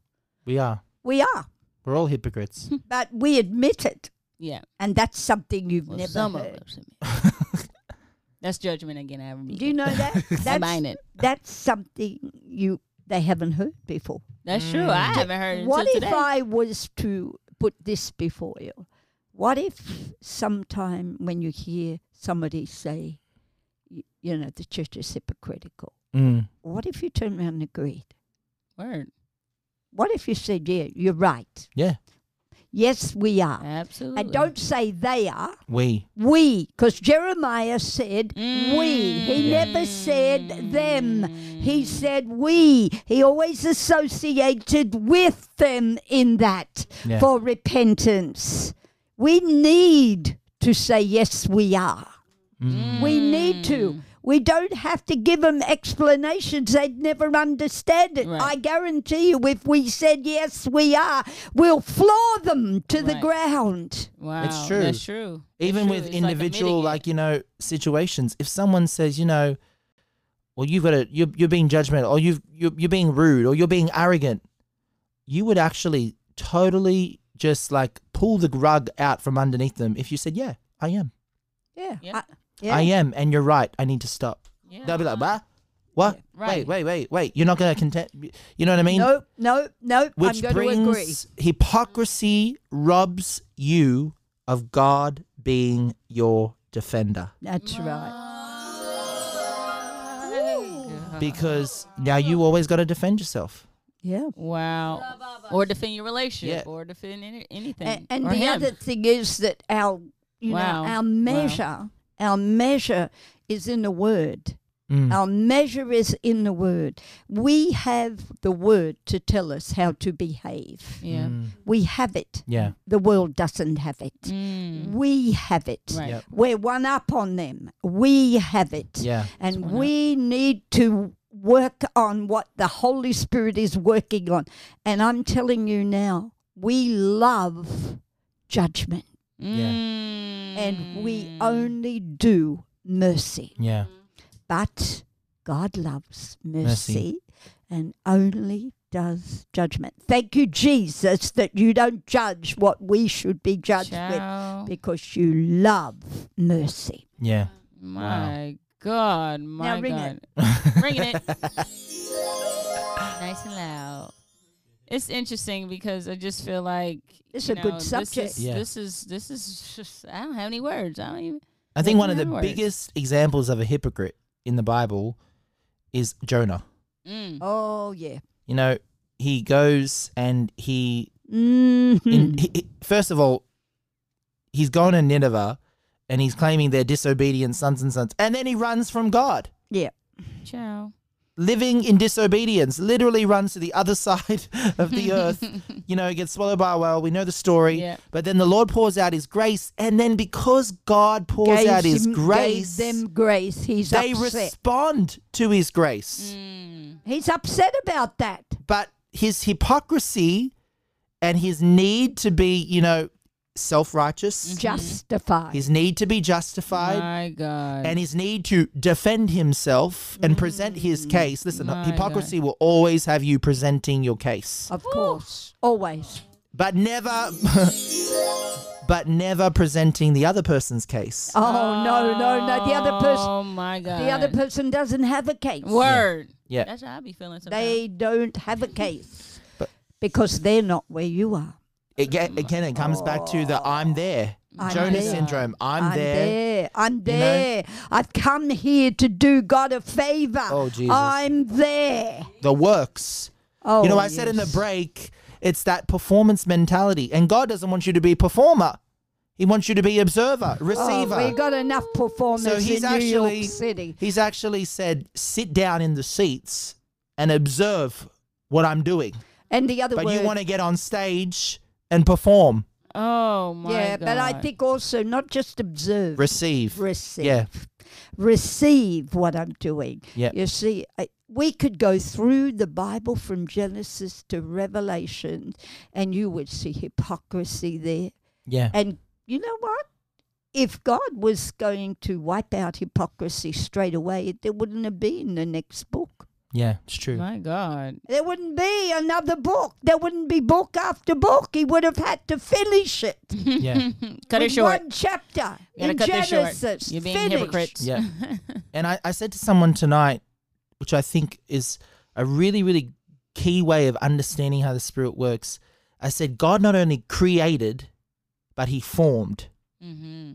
[SPEAKER 6] We are.
[SPEAKER 2] We are,
[SPEAKER 6] We're all hypocrites.
[SPEAKER 2] but we admit it.
[SPEAKER 1] Yeah.
[SPEAKER 2] And that's something you've
[SPEAKER 1] Well,
[SPEAKER 2] never
[SPEAKER 1] some
[SPEAKER 2] heard.
[SPEAKER 1] of us. That's judgment again, Aaron.
[SPEAKER 2] Do you know that?
[SPEAKER 1] I
[SPEAKER 2] That's,
[SPEAKER 1] mean it.
[SPEAKER 2] that's something you they haven't heard before.
[SPEAKER 1] That's true. I haven't heard it
[SPEAKER 2] Mm. what
[SPEAKER 1] until
[SPEAKER 2] if
[SPEAKER 1] today.
[SPEAKER 2] I was to put this before you? What if sometime when you hear somebody say, y- you know, the church is hypocritical,
[SPEAKER 6] Mm.
[SPEAKER 2] what if you turn around and agreed?
[SPEAKER 1] Word.
[SPEAKER 2] What if you said, yeah, you're right.
[SPEAKER 6] Yeah.
[SPEAKER 2] Yes, we are.
[SPEAKER 1] Absolutely.
[SPEAKER 2] And don't say they are.
[SPEAKER 6] We.
[SPEAKER 2] We, because Jeremiah said we.
[SPEAKER 1] Mm.
[SPEAKER 2] He never said them. He said we. He always associated with them in that
[SPEAKER 6] Yeah.
[SPEAKER 2] for repentance. We need to say, yes, we are.
[SPEAKER 1] Mm.
[SPEAKER 2] We need to. We don't have to give them explanations. They'd never understand it.
[SPEAKER 1] Right.
[SPEAKER 2] I guarantee you, if we said, yes, we are, we'll floor them to the
[SPEAKER 1] Right.
[SPEAKER 2] ground.
[SPEAKER 1] Wow.
[SPEAKER 6] It's true.
[SPEAKER 1] That's true. That's
[SPEAKER 6] even
[SPEAKER 1] true.
[SPEAKER 6] with
[SPEAKER 1] It's like admitting
[SPEAKER 6] individual
[SPEAKER 1] it.
[SPEAKER 6] like, you know situations if someone says you know well you've got to you're, you're being judgmental or you've you're, you're being rude or you're being arrogant you would actually totally just like pull the rug out from underneath them if you said yeah i am
[SPEAKER 2] Yeah.
[SPEAKER 1] Yeah.
[SPEAKER 2] I, yeah.
[SPEAKER 6] i am and you're right i need to stop
[SPEAKER 1] Yeah.
[SPEAKER 6] they'll be like what what
[SPEAKER 1] Right.
[SPEAKER 6] wait wait wait wait you're not going to content you know what i mean
[SPEAKER 2] Nope, nope, nope.
[SPEAKER 6] which
[SPEAKER 2] I'm going to agree.
[SPEAKER 6] brings hypocrisy robs you of god being your defender
[SPEAKER 2] That's right.
[SPEAKER 6] because now you always got to defend yourself.
[SPEAKER 2] Yeah.
[SPEAKER 1] Wow. Or defend your relationship
[SPEAKER 6] Yeah.
[SPEAKER 1] or defend any, anything.
[SPEAKER 2] And, and
[SPEAKER 1] or
[SPEAKER 2] the
[SPEAKER 1] him.
[SPEAKER 2] other thing is that our, you
[SPEAKER 1] Wow.
[SPEAKER 2] know,
[SPEAKER 1] Wow.
[SPEAKER 2] our measure, our measure is in the word.
[SPEAKER 6] Mm.
[SPEAKER 2] Our measure is in the word. We have the word to tell us how to behave.
[SPEAKER 1] Yeah.
[SPEAKER 2] We have it.
[SPEAKER 6] Yeah.
[SPEAKER 2] The world doesn't have it.
[SPEAKER 1] Mm.
[SPEAKER 2] We have it.
[SPEAKER 1] Right.
[SPEAKER 6] Yep.
[SPEAKER 2] We're one up on them. We have it.
[SPEAKER 6] Yeah.
[SPEAKER 2] And we need to work on what the Holy Spirit is working on. And I'm telling you now, we love judgment
[SPEAKER 1] Mm.
[SPEAKER 2] and
[SPEAKER 6] Mm.
[SPEAKER 2] we only do mercy.
[SPEAKER 6] Yeah.
[SPEAKER 2] But God loves mercy,
[SPEAKER 6] Mercy.
[SPEAKER 2] and only does judgment. Thank you, Jesus, that you don't judge what we should be judged
[SPEAKER 1] Child.
[SPEAKER 2] with because you love mercy.
[SPEAKER 6] Yeah.
[SPEAKER 1] My God, my
[SPEAKER 2] ring
[SPEAKER 1] God.
[SPEAKER 2] it.
[SPEAKER 1] Ringing it. nice and loud. It's interesting because I just feel like
[SPEAKER 2] It's
[SPEAKER 1] you
[SPEAKER 2] a good
[SPEAKER 1] know,
[SPEAKER 2] subject.
[SPEAKER 1] This is,
[SPEAKER 6] Yeah.
[SPEAKER 1] this is this is just I don't have any words. I don't even
[SPEAKER 6] I think one of
[SPEAKER 1] Making
[SPEAKER 6] the
[SPEAKER 1] up words.
[SPEAKER 6] biggest examples of a hypocrite in the Bible is Jonah.
[SPEAKER 1] mm.
[SPEAKER 2] Oh, yeah.
[SPEAKER 6] You know, he goes and he, in,
[SPEAKER 2] Mhm.
[SPEAKER 6] he, he- first of all, he's gone to Nineveh and he's claiming they're disobedient sons and sons. And then he runs from God.
[SPEAKER 2] Yeah.
[SPEAKER 1] Ciao.
[SPEAKER 6] Living in disobedience, literally runs to the other side of the earth, you know, gets swallowed by a whale. We know the story.
[SPEAKER 1] Yeah.
[SPEAKER 6] But then the Lord pours out his grace. And then because God pours
[SPEAKER 2] gave
[SPEAKER 6] out his
[SPEAKER 2] him- gave
[SPEAKER 6] grace,
[SPEAKER 2] them grace. He's
[SPEAKER 6] they
[SPEAKER 2] upset.
[SPEAKER 6] respond to his
[SPEAKER 2] Hmm.
[SPEAKER 6] grace.
[SPEAKER 1] Mm.
[SPEAKER 2] He's upset about that.
[SPEAKER 6] But his hypocrisy and his need to be, you know, self righteous,
[SPEAKER 2] Mm. Justified.
[SPEAKER 6] his need to be justified,
[SPEAKER 1] My God.
[SPEAKER 6] and his need to defend himself and present his
[SPEAKER 2] Mm.
[SPEAKER 6] case. Listen,
[SPEAKER 1] My
[SPEAKER 6] hypocrisy will always have you presenting your case,
[SPEAKER 2] of course. Always.
[SPEAKER 6] but never. But never presenting the other person's case.
[SPEAKER 2] Oh, no, no, no. The other person
[SPEAKER 1] Oh my God.
[SPEAKER 2] the other person doesn't have a case.
[SPEAKER 1] Word.
[SPEAKER 6] Yeah.
[SPEAKER 1] That's how I be feeling sometimes.
[SPEAKER 2] They don't have a case.
[SPEAKER 6] But-
[SPEAKER 2] because they're not where you are.
[SPEAKER 6] It, ga- again, it comes back to the I'm there.
[SPEAKER 2] I'm
[SPEAKER 6] Jonah
[SPEAKER 2] there.
[SPEAKER 6] syndrome. I'm,
[SPEAKER 2] I'm there. I've come here to do God a favor.
[SPEAKER 6] Oh, Jesus.
[SPEAKER 2] I'm there.
[SPEAKER 6] The works.
[SPEAKER 2] Oh,
[SPEAKER 6] you know, I said in the
[SPEAKER 2] yes.
[SPEAKER 6] break, it's that performance mentality. And God doesn't want you to be a performer. He wants you to be observer, receiver.
[SPEAKER 2] Oh, we got enough performers
[SPEAKER 6] so he's
[SPEAKER 2] in New
[SPEAKER 6] actually
[SPEAKER 2] York City.
[SPEAKER 6] he's actually said, sit down in the seats and observe what I'm doing.
[SPEAKER 2] And the other
[SPEAKER 6] But
[SPEAKER 2] word,
[SPEAKER 6] you want to get on stage and perform.
[SPEAKER 1] Oh my
[SPEAKER 2] yeah,
[SPEAKER 1] god.
[SPEAKER 2] but I think also not just observe,
[SPEAKER 6] Receive.
[SPEAKER 2] receive.
[SPEAKER 6] Yeah.
[SPEAKER 2] receive what I'm doing.
[SPEAKER 6] Yep.
[SPEAKER 2] You see, I, we could go through the Bible from Genesis to Revelation, and you would see hypocrisy there.
[SPEAKER 6] Yeah.
[SPEAKER 2] And you know what? If God was going to wipe out hypocrisy straight away, there wouldn't have been the next book.
[SPEAKER 6] Yeah. It's true.
[SPEAKER 1] My god.
[SPEAKER 2] There wouldn't be another book. There wouldn't be book after book. He would have had to finish it.
[SPEAKER 6] Yeah.
[SPEAKER 1] Cut it
[SPEAKER 2] with
[SPEAKER 1] short.
[SPEAKER 2] One chapter
[SPEAKER 1] You gotta
[SPEAKER 2] in
[SPEAKER 1] cut
[SPEAKER 2] Genesis.
[SPEAKER 1] this short. You're being
[SPEAKER 2] finished.
[SPEAKER 1] hypocrites.
[SPEAKER 6] Yeah. And I, I said to someone tonight, which I think is a really, really key way of understanding how the Spirit works. I said, God not only created, but He formed.
[SPEAKER 1] mm-hmm.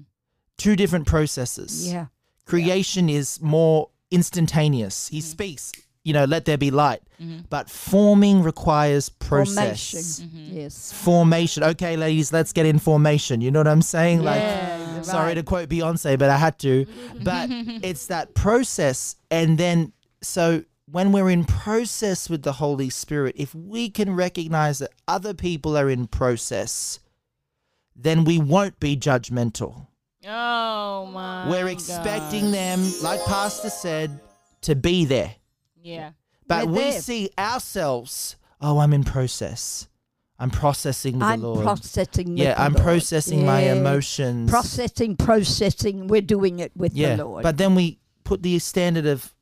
[SPEAKER 6] Two different processes.
[SPEAKER 2] Yeah.
[SPEAKER 6] Creation is more instantaneous.
[SPEAKER 2] Mm-hmm.
[SPEAKER 6] He speaks, you know, let there be light. But forming requires process.
[SPEAKER 2] Formation.
[SPEAKER 1] Mm-hmm.
[SPEAKER 2] Yes.
[SPEAKER 6] formation. Okay, ladies, let's get in formation. You know what I'm saying?
[SPEAKER 2] Yeah, you're
[SPEAKER 6] like, sorry
[SPEAKER 2] right.
[SPEAKER 6] to quote Beyonce, but I had to. But it's that process. And then, so when we're in process with the Holy Spirit, if we can recognize that other people are in process, then we won't be judgmental.
[SPEAKER 1] Oh my.
[SPEAKER 6] we're
[SPEAKER 1] God.
[SPEAKER 6] expecting them, like Pastor said, to be there.
[SPEAKER 1] Yeah.
[SPEAKER 6] But
[SPEAKER 2] We're
[SPEAKER 6] we
[SPEAKER 2] there.
[SPEAKER 6] see ourselves, oh, I'm in process. I'm processing with
[SPEAKER 2] I'm
[SPEAKER 6] the Lord.
[SPEAKER 2] processing. with
[SPEAKER 6] Yeah,
[SPEAKER 2] the
[SPEAKER 6] I'm
[SPEAKER 2] Lord.
[SPEAKER 6] processing my
[SPEAKER 2] Yeah.
[SPEAKER 6] emotions.
[SPEAKER 2] Processing, processing. We're doing it with
[SPEAKER 6] yeah,
[SPEAKER 2] the Lord.
[SPEAKER 6] but then we put the standard of,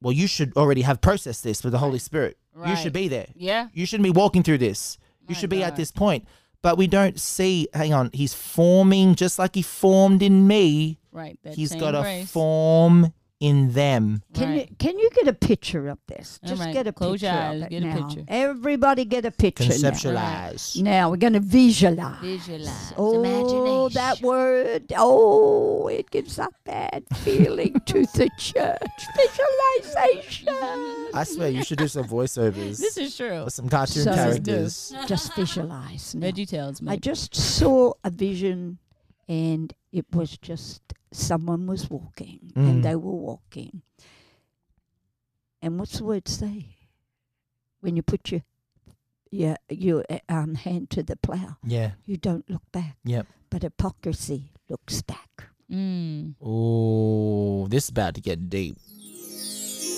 [SPEAKER 6] well, you should already have processed this with the Holy Spirit. You
[SPEAKER 1] Right.
[SPEAKER 6] should be there.
[SPEAKER 1] Yeah.
[SPEAKER 6] You shouldn't be walking through this. You
[SPEAKER 1] My
[SPEAKER 6] should be at
[SPEAKER 1] God.
[SPEAKER 6] this point. But we don't see. Hang on, he's forming just like he formed in me.
[SPEAKER 1] Right. That
[SPEAKER 6] he's
[SPEAKER 1] same
[SPEAKER 6] got a
[SPEAKER 1] grace.
[SPEAKER 6] form in them.
[SPEAKER 2] can
[SPEAKER 1] Right.
[SPEAKER 2] you can you get a picture of this?
[SPEAKER 1] All
[SPEAKER 2] Just
[SPEAKER 1] right,
[SPEAKER 2] get a
[SPEAKER 1] close your
[SPEAKER 2] picture of
[SPEAKER 1] eyes,
[SPEAKER 2] it
[SPEAKER 1] get a
[SPEAKER 2] now.
[SPEAKER 1] picture.
[SPEAKER 2] Everybody get a picture now.
[SPEAKER 6] Conceptualize.
[SPEAKER 2] now. we're going to visualize.
[SPEAKER 1] Visualize.
[SPEAKER 2] Oh,
[SPEAKER 1] imagination.
[SPEAKER 2] that word! Oh, it gives a bad feeling to the church. Visualization.
[SPEAKER 6] I swear you should do some voiceovers
[SPEAKER 1] This is true.
[SPEAKER 6] or some cartoon
[SPEAKER 2] So-
[SPEAKER 6] characters.
[SPEAKER 2] Just visualize. Now.
[SPEAKER 1] Veggie tales,
[SPEAKER 2] I
[SPEAKER 1] mate.
[SPEAKER 2] just saw a vision, and it was just someone was walking,
[SPEAKER 6] Mm.
[SPEAKER 2] and they were walking. And what's the word say? When you put your your your uh, um, hand to the plow,
[SPEAKER 6] Yeah.
[SPEAKER 2] you don't look back,
[SPEAKER 6] Yep.
[SPEAKER 2] but hypocrisy looks back.
[SPEAKER 1] Mm.
[SPEAKER 6] Oh, this is about to get deep.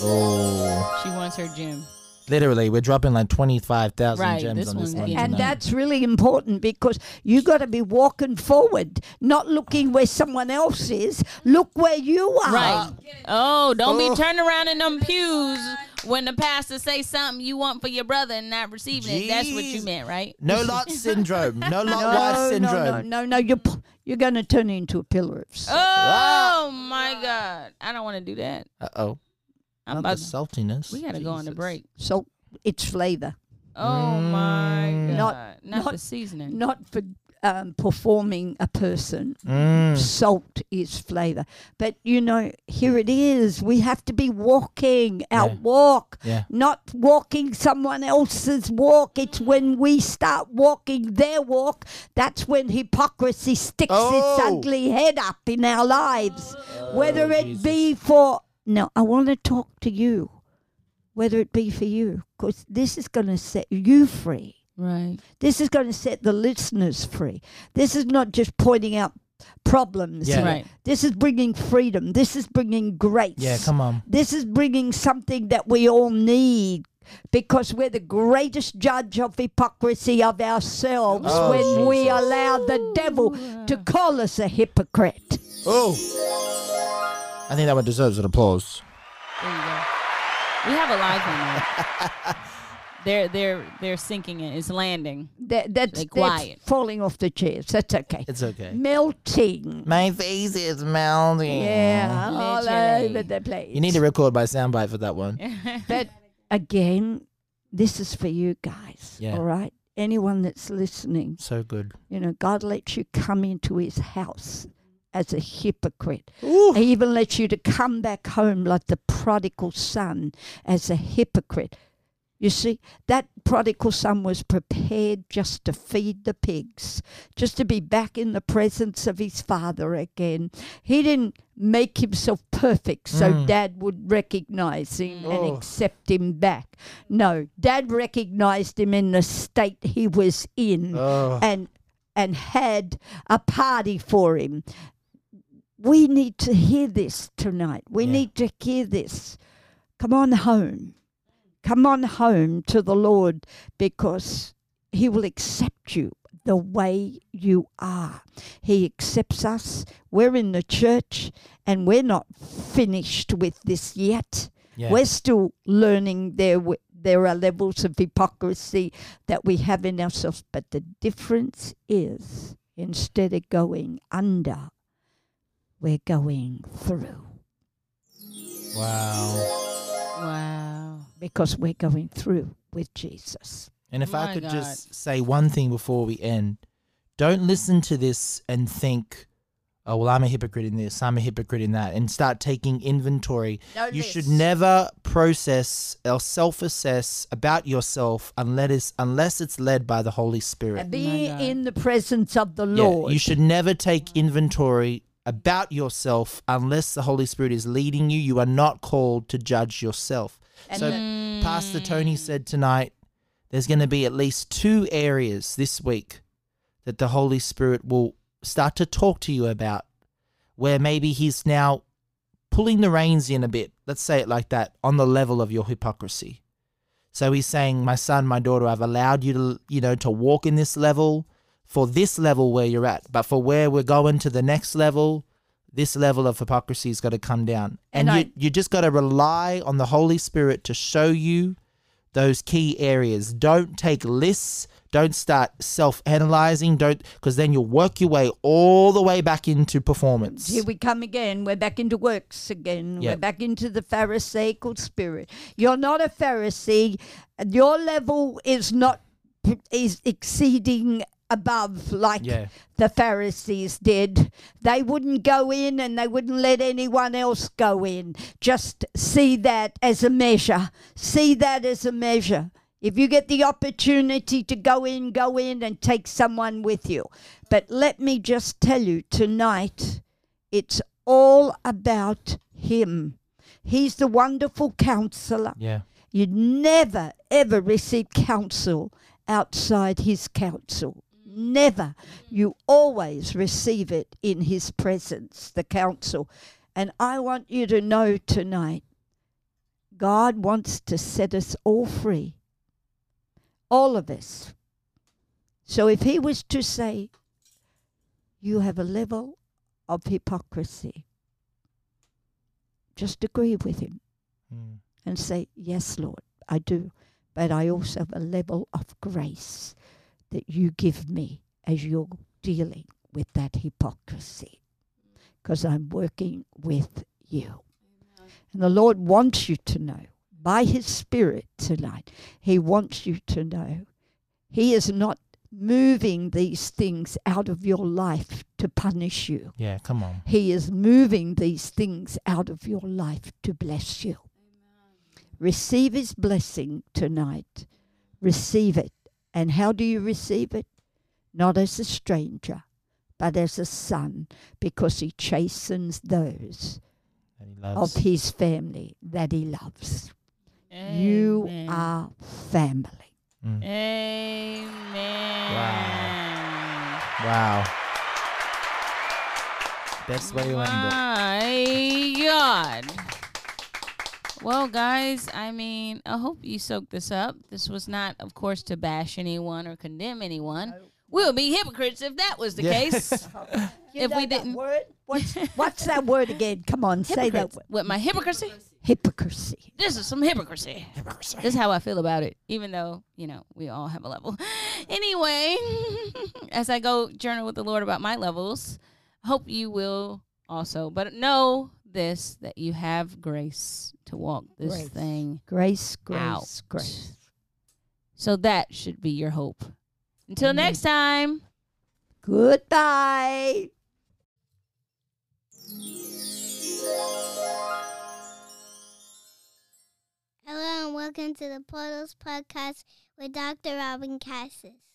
[SPEAKER 6] Oh.
[SPEAKER 1] She wants her gym.
[SPEAKER 6] Literally, we're dropping like 25,000
[SPEAKER 1] Right,
[SPEAKER 6] gems
[SPEAKER 1] this
[SPEAKER 6] on this
[SPEAKER 1] one
[SPEAKER 6] one.
[SPEAKER 1] getting-
[SPEAKER 2] And
[SPEAKER 1] know.
[SPEAKER 6] tonight.
[SPEAKER 2] that's really important because you got to be walking forward, not looking where someone else is. Look where you are.
[SPEAKER 1] Right. Oh, don't
[SPEAKER 6] Oh.
[SPEAKER 1] be turning around in them pews when the pastor say something you want for your brother and not receiving it. That's what you
[SPEAKER 6] Jeez.
[SPEAKER 1] meant, right?
[SPEAKER 6] No lot syndrome. No lot
[SPEAKER 2] No,
[SPEAKER 6] wife
[SPEAKER 2] no,
[SPEAKER 6] syndrome.
[SPEAKER 2] no, no, no. You're p- you're going to turn into a pillar of salt.
[SPEAKER 1] Oh my God! I don't want to do that.
[SPEAKER 6] Uh oh.
[SPEAKER 1] I'm
[SPEAKER 6] Not
[SPEAKER 1] about,
[SPEAKER 6] the saltiness.
[SPEAKER 1] we gotta go on the
[SPEAKER 6] Jesus.
[SPEAKER 1] break.
[SPEAKER 2] Salt, its flavor,
[SPEAKER 1] Oh my God!
[SPEAKER 2] Mm. Not-
[SPEAKER 1] Not,
[SPEAKER 2] not-
[SPEAKER 1] the seasoning.
[SPEAKER 2] not for um, performing a person.
[SPEAKER 6] Mm.
[SPEAKER 2] Salt is flavor, but you know, here it is. We have to be walking our
[SPEAKER 6] Yeah.
[SPEAKER 2] walk.
[SPEAKER 6] Yeah.
[SPEAKER 2] Not walking someone else's walk. It's when we start walking their walk, that's when hypocrisy sticks its
[SPEAKER 6] Oh.
[SPEAKER 2] ugly head up in our lives. whether it be for, no, I want to talk to you, whether it be for you, because this is going to set you free.
[SPEAKER 1] Right.
[SPEAKER 2] This is going to set the listeners free. This is not just pointing out problems.
[SPEAKER 6] Yeah.
[SPEAKER 2] here.
[SPEAKER 1] Right.
[SPEAKER 2] This is bringing freedom. This is bringing grace.
[SPEAKER 6] Yeah, come on.
[SPEAKER 2] This is bringing something that we all need because we're the greatest judge of hypocrisy of ourselves
[SPEAKER 6] Oh,
[SPEAKER 2] when we
[SPEAKER 6] Jesus.
[SPEAKER 2] allow the devil to call us a hypocrite.
[SPEAKER 6] Oh. I think that one deserves an applause.
[SPEAKER 1] There you go. We have a live one. Now. they're they're they're sinking it. It's landing.
[SPEAKER 2] That, that's,
[SPEAKER 1] Like
[SPEAKER 2] that's
[SPEAKER 1] quiet.
[SPEAKER 2] falling off the chairs. That's okay.
[SPEAKER 6] It's okay.
[SPEAKER 2] Melting.
[SPEAKER 6] My face is melting.
[SPEAKER 2] Yeah, all
[SPEAKER 1] Literally.
[SPEAKER 2] over the place.
[SPEAKER 6] You need to record my soundbite for that one.
[SPEAKER 2] But again, this is for you guys.
[SPEAKER 6] Yeah.
[SPEAKER 2] All right. Anyone that's listening,
[SPEAKER 6] So good.
[SPEAKER 2] you know, God lets you come into his house as a hypocrite. He even lets you to come back home like the prodigal son as a hypocrite. You see, that prodigal son was prepared just to feed the pigs, just to be back in the presence of his father again. He didn't make himself perfect so dad would recognize him and accept him back.
[SPEAKER 6] Oh.
[SPEAKER 1] Mm.
[SPEAKER 2] No, dad recognized him in the state he was in and and had a party for him. We need to hear this tonight. We
[SPEAKER 6] Yeah.
[SPEAKER 2] need to hear this. Come on home. Come on home to the Lord because He will accept you the way you are. He accepts us. We're in the church and we're not finished with this yet.
[SPEAKER 6] Yeah.
[SPEAKER 2] We're still learning there. W- there are levels of hypocrisy that we have in ourselves, but the difference is instead of going under, we're going through
[SPEAKER 6] Wow.
[SPEAKER 1] Wow.
[SPEAKER 2] because we're going through with Jesus.
[SPEAKER 6] And if I
[SPEAKER 1] My
[SPEAKER 6] could
[SPEAKER 1] God.
[SPEAKER 6] just say one thing before we end, don't listen to this and think, oh, well, I'm a hypocrite in this, I'm a hypocrite in that, and start taking inventory.
[SPEAKER 2] No
[SPEAKER 6] you should
[SPEAKER 2] list.
[SPEAKER 6] never process or self assess about yourself unless it's, unless it's led by the Holy Spirit.
[SPEAKER 2] And be
[SPEAKER 1] God.
[SPEAKER 2] in the presence of the
[SPEAKER 6] Yeah,
[SPEAKER 2] Lord.
[SPEAKER 6] you should never take inventory about yourself unless the Holy Spirit is leading you. You are not called to judge yourself.
[SPEAKER 2] And
[SPEAKER 6] so, Pastor Tony said tonight there's going to be at least two areas this week that the Holy Spirit will start to talk to you about where maybe He's now pulling the reins in a bit. Let's say it like that on the level of your hypocrisy. So he's saying, "My son, my daughter, I've allowed you to, you know, to walk in this level for this level where you're at, but for where we're going to the next level, this level of hypocrisy has got to come down." And,
[SPEAKER 2] And I-
[SPEAKER 6] you, you just got to rely on the Holy Spirit to show you those key areas. Don't take lists. Don't start self-analyzing. Don't, because then you'll work your way all the way back into performance.
[SPEAKER 2] Here we come again. We're back into works again.
[SPEAKER 6] Yeah.
[SPEAKER 2] We're back into the Pharisaical spirit. You're not a Pharisee. Your level is not is exceeding above like
[SPEAKER 6] Yeah.
[SPEAKER 2] the Pharisees did. They wouldn't go in and they wouldn't let anyone else go in. Just see that as a measure. See that as a measure. If you get the opportunity to go in, go in and take someone with you. But let me just tell you tonight, it's all about Him. He's the wonderful counselor.
[SPEAKER 6] yeah.
[SPEAKER 2] You never, ever receive counsel outside his counsel. Never. You always receive it in his presence, the counsel. And I want you to know tonight God wants to set us all free, all of us. So if he was to say, You have a level of hypocrisy, just agree with him
[SPEAKER 6] Mm.
[SPEAKER 2] and say, Yes, Lord, I do. But I also have a level of grace that you give me as you're dealing with that hypocrisy because I'm working with you. And the Lord wants you to know by His Spirit tonight, He wants you to know He is not moving these things out of your life to punish you.
[SPEAKER 6] Yeah. Come on.
[SPEAKER 2] He is moving these things out of your life to bless you. Receive His blessing tonight. Receive it. And how do you receive it? Not as a stranger, but as a son, because He chastens those
[SPEAKER 6] that he
[SPEAKER 2] of
[SPEAKER 6] loves.
[SPEAKER 2] His family that He loves. You
[SPEAKER 1] Amen.
[SPEAKER 2] are family.
[SPEAKER 6] Mm.
[SPEAKER 1] Amen. Wow.
[SPEAKER 6] Wow. Best way to end it.
[SPEAKER 1] My God. Well, guys, I mean, I hope you soaked this up. This was not, of course, to bash anyone or condemn anyone. We'll be hypocrites if that was the
[SPEAKER 6] Yeah.
[SPEAKER 1] case. If we didn't-
[SPEAKER 2] that word? What's, what's that word again? Come on, say that
[SPEAKER 1] Hypocrites.
[SPEAKER 2] word.
[SPEAKER 1] With my hypocrisy,
[SPEAKER 2] Hypocrisy.
[SPEAKER 1] this is some hypocrisy. Hypocrisy. This is how I feel about it, even though, you know, we all have a level. Anyway, as I go journal with the Lord about my levels, hope you will also. But know this that you have grace to walk this
[SPEAKER 2] Grace.
[SPEAKER 1] thing
[SPEAKER 2] Grace,
[SPEAKER 1] out.
[SPEAKER 2] grace, grace.
[SPEAKER 1] So that should be your hope. Until
[SPEAKER 2] Amen.
[SPEAKER 1] next time.
[SPEAKER 2] Goodbye.
[SPEAKER 10] Hello and welcome to the Portals Podcast with Dr. Robin Cassis.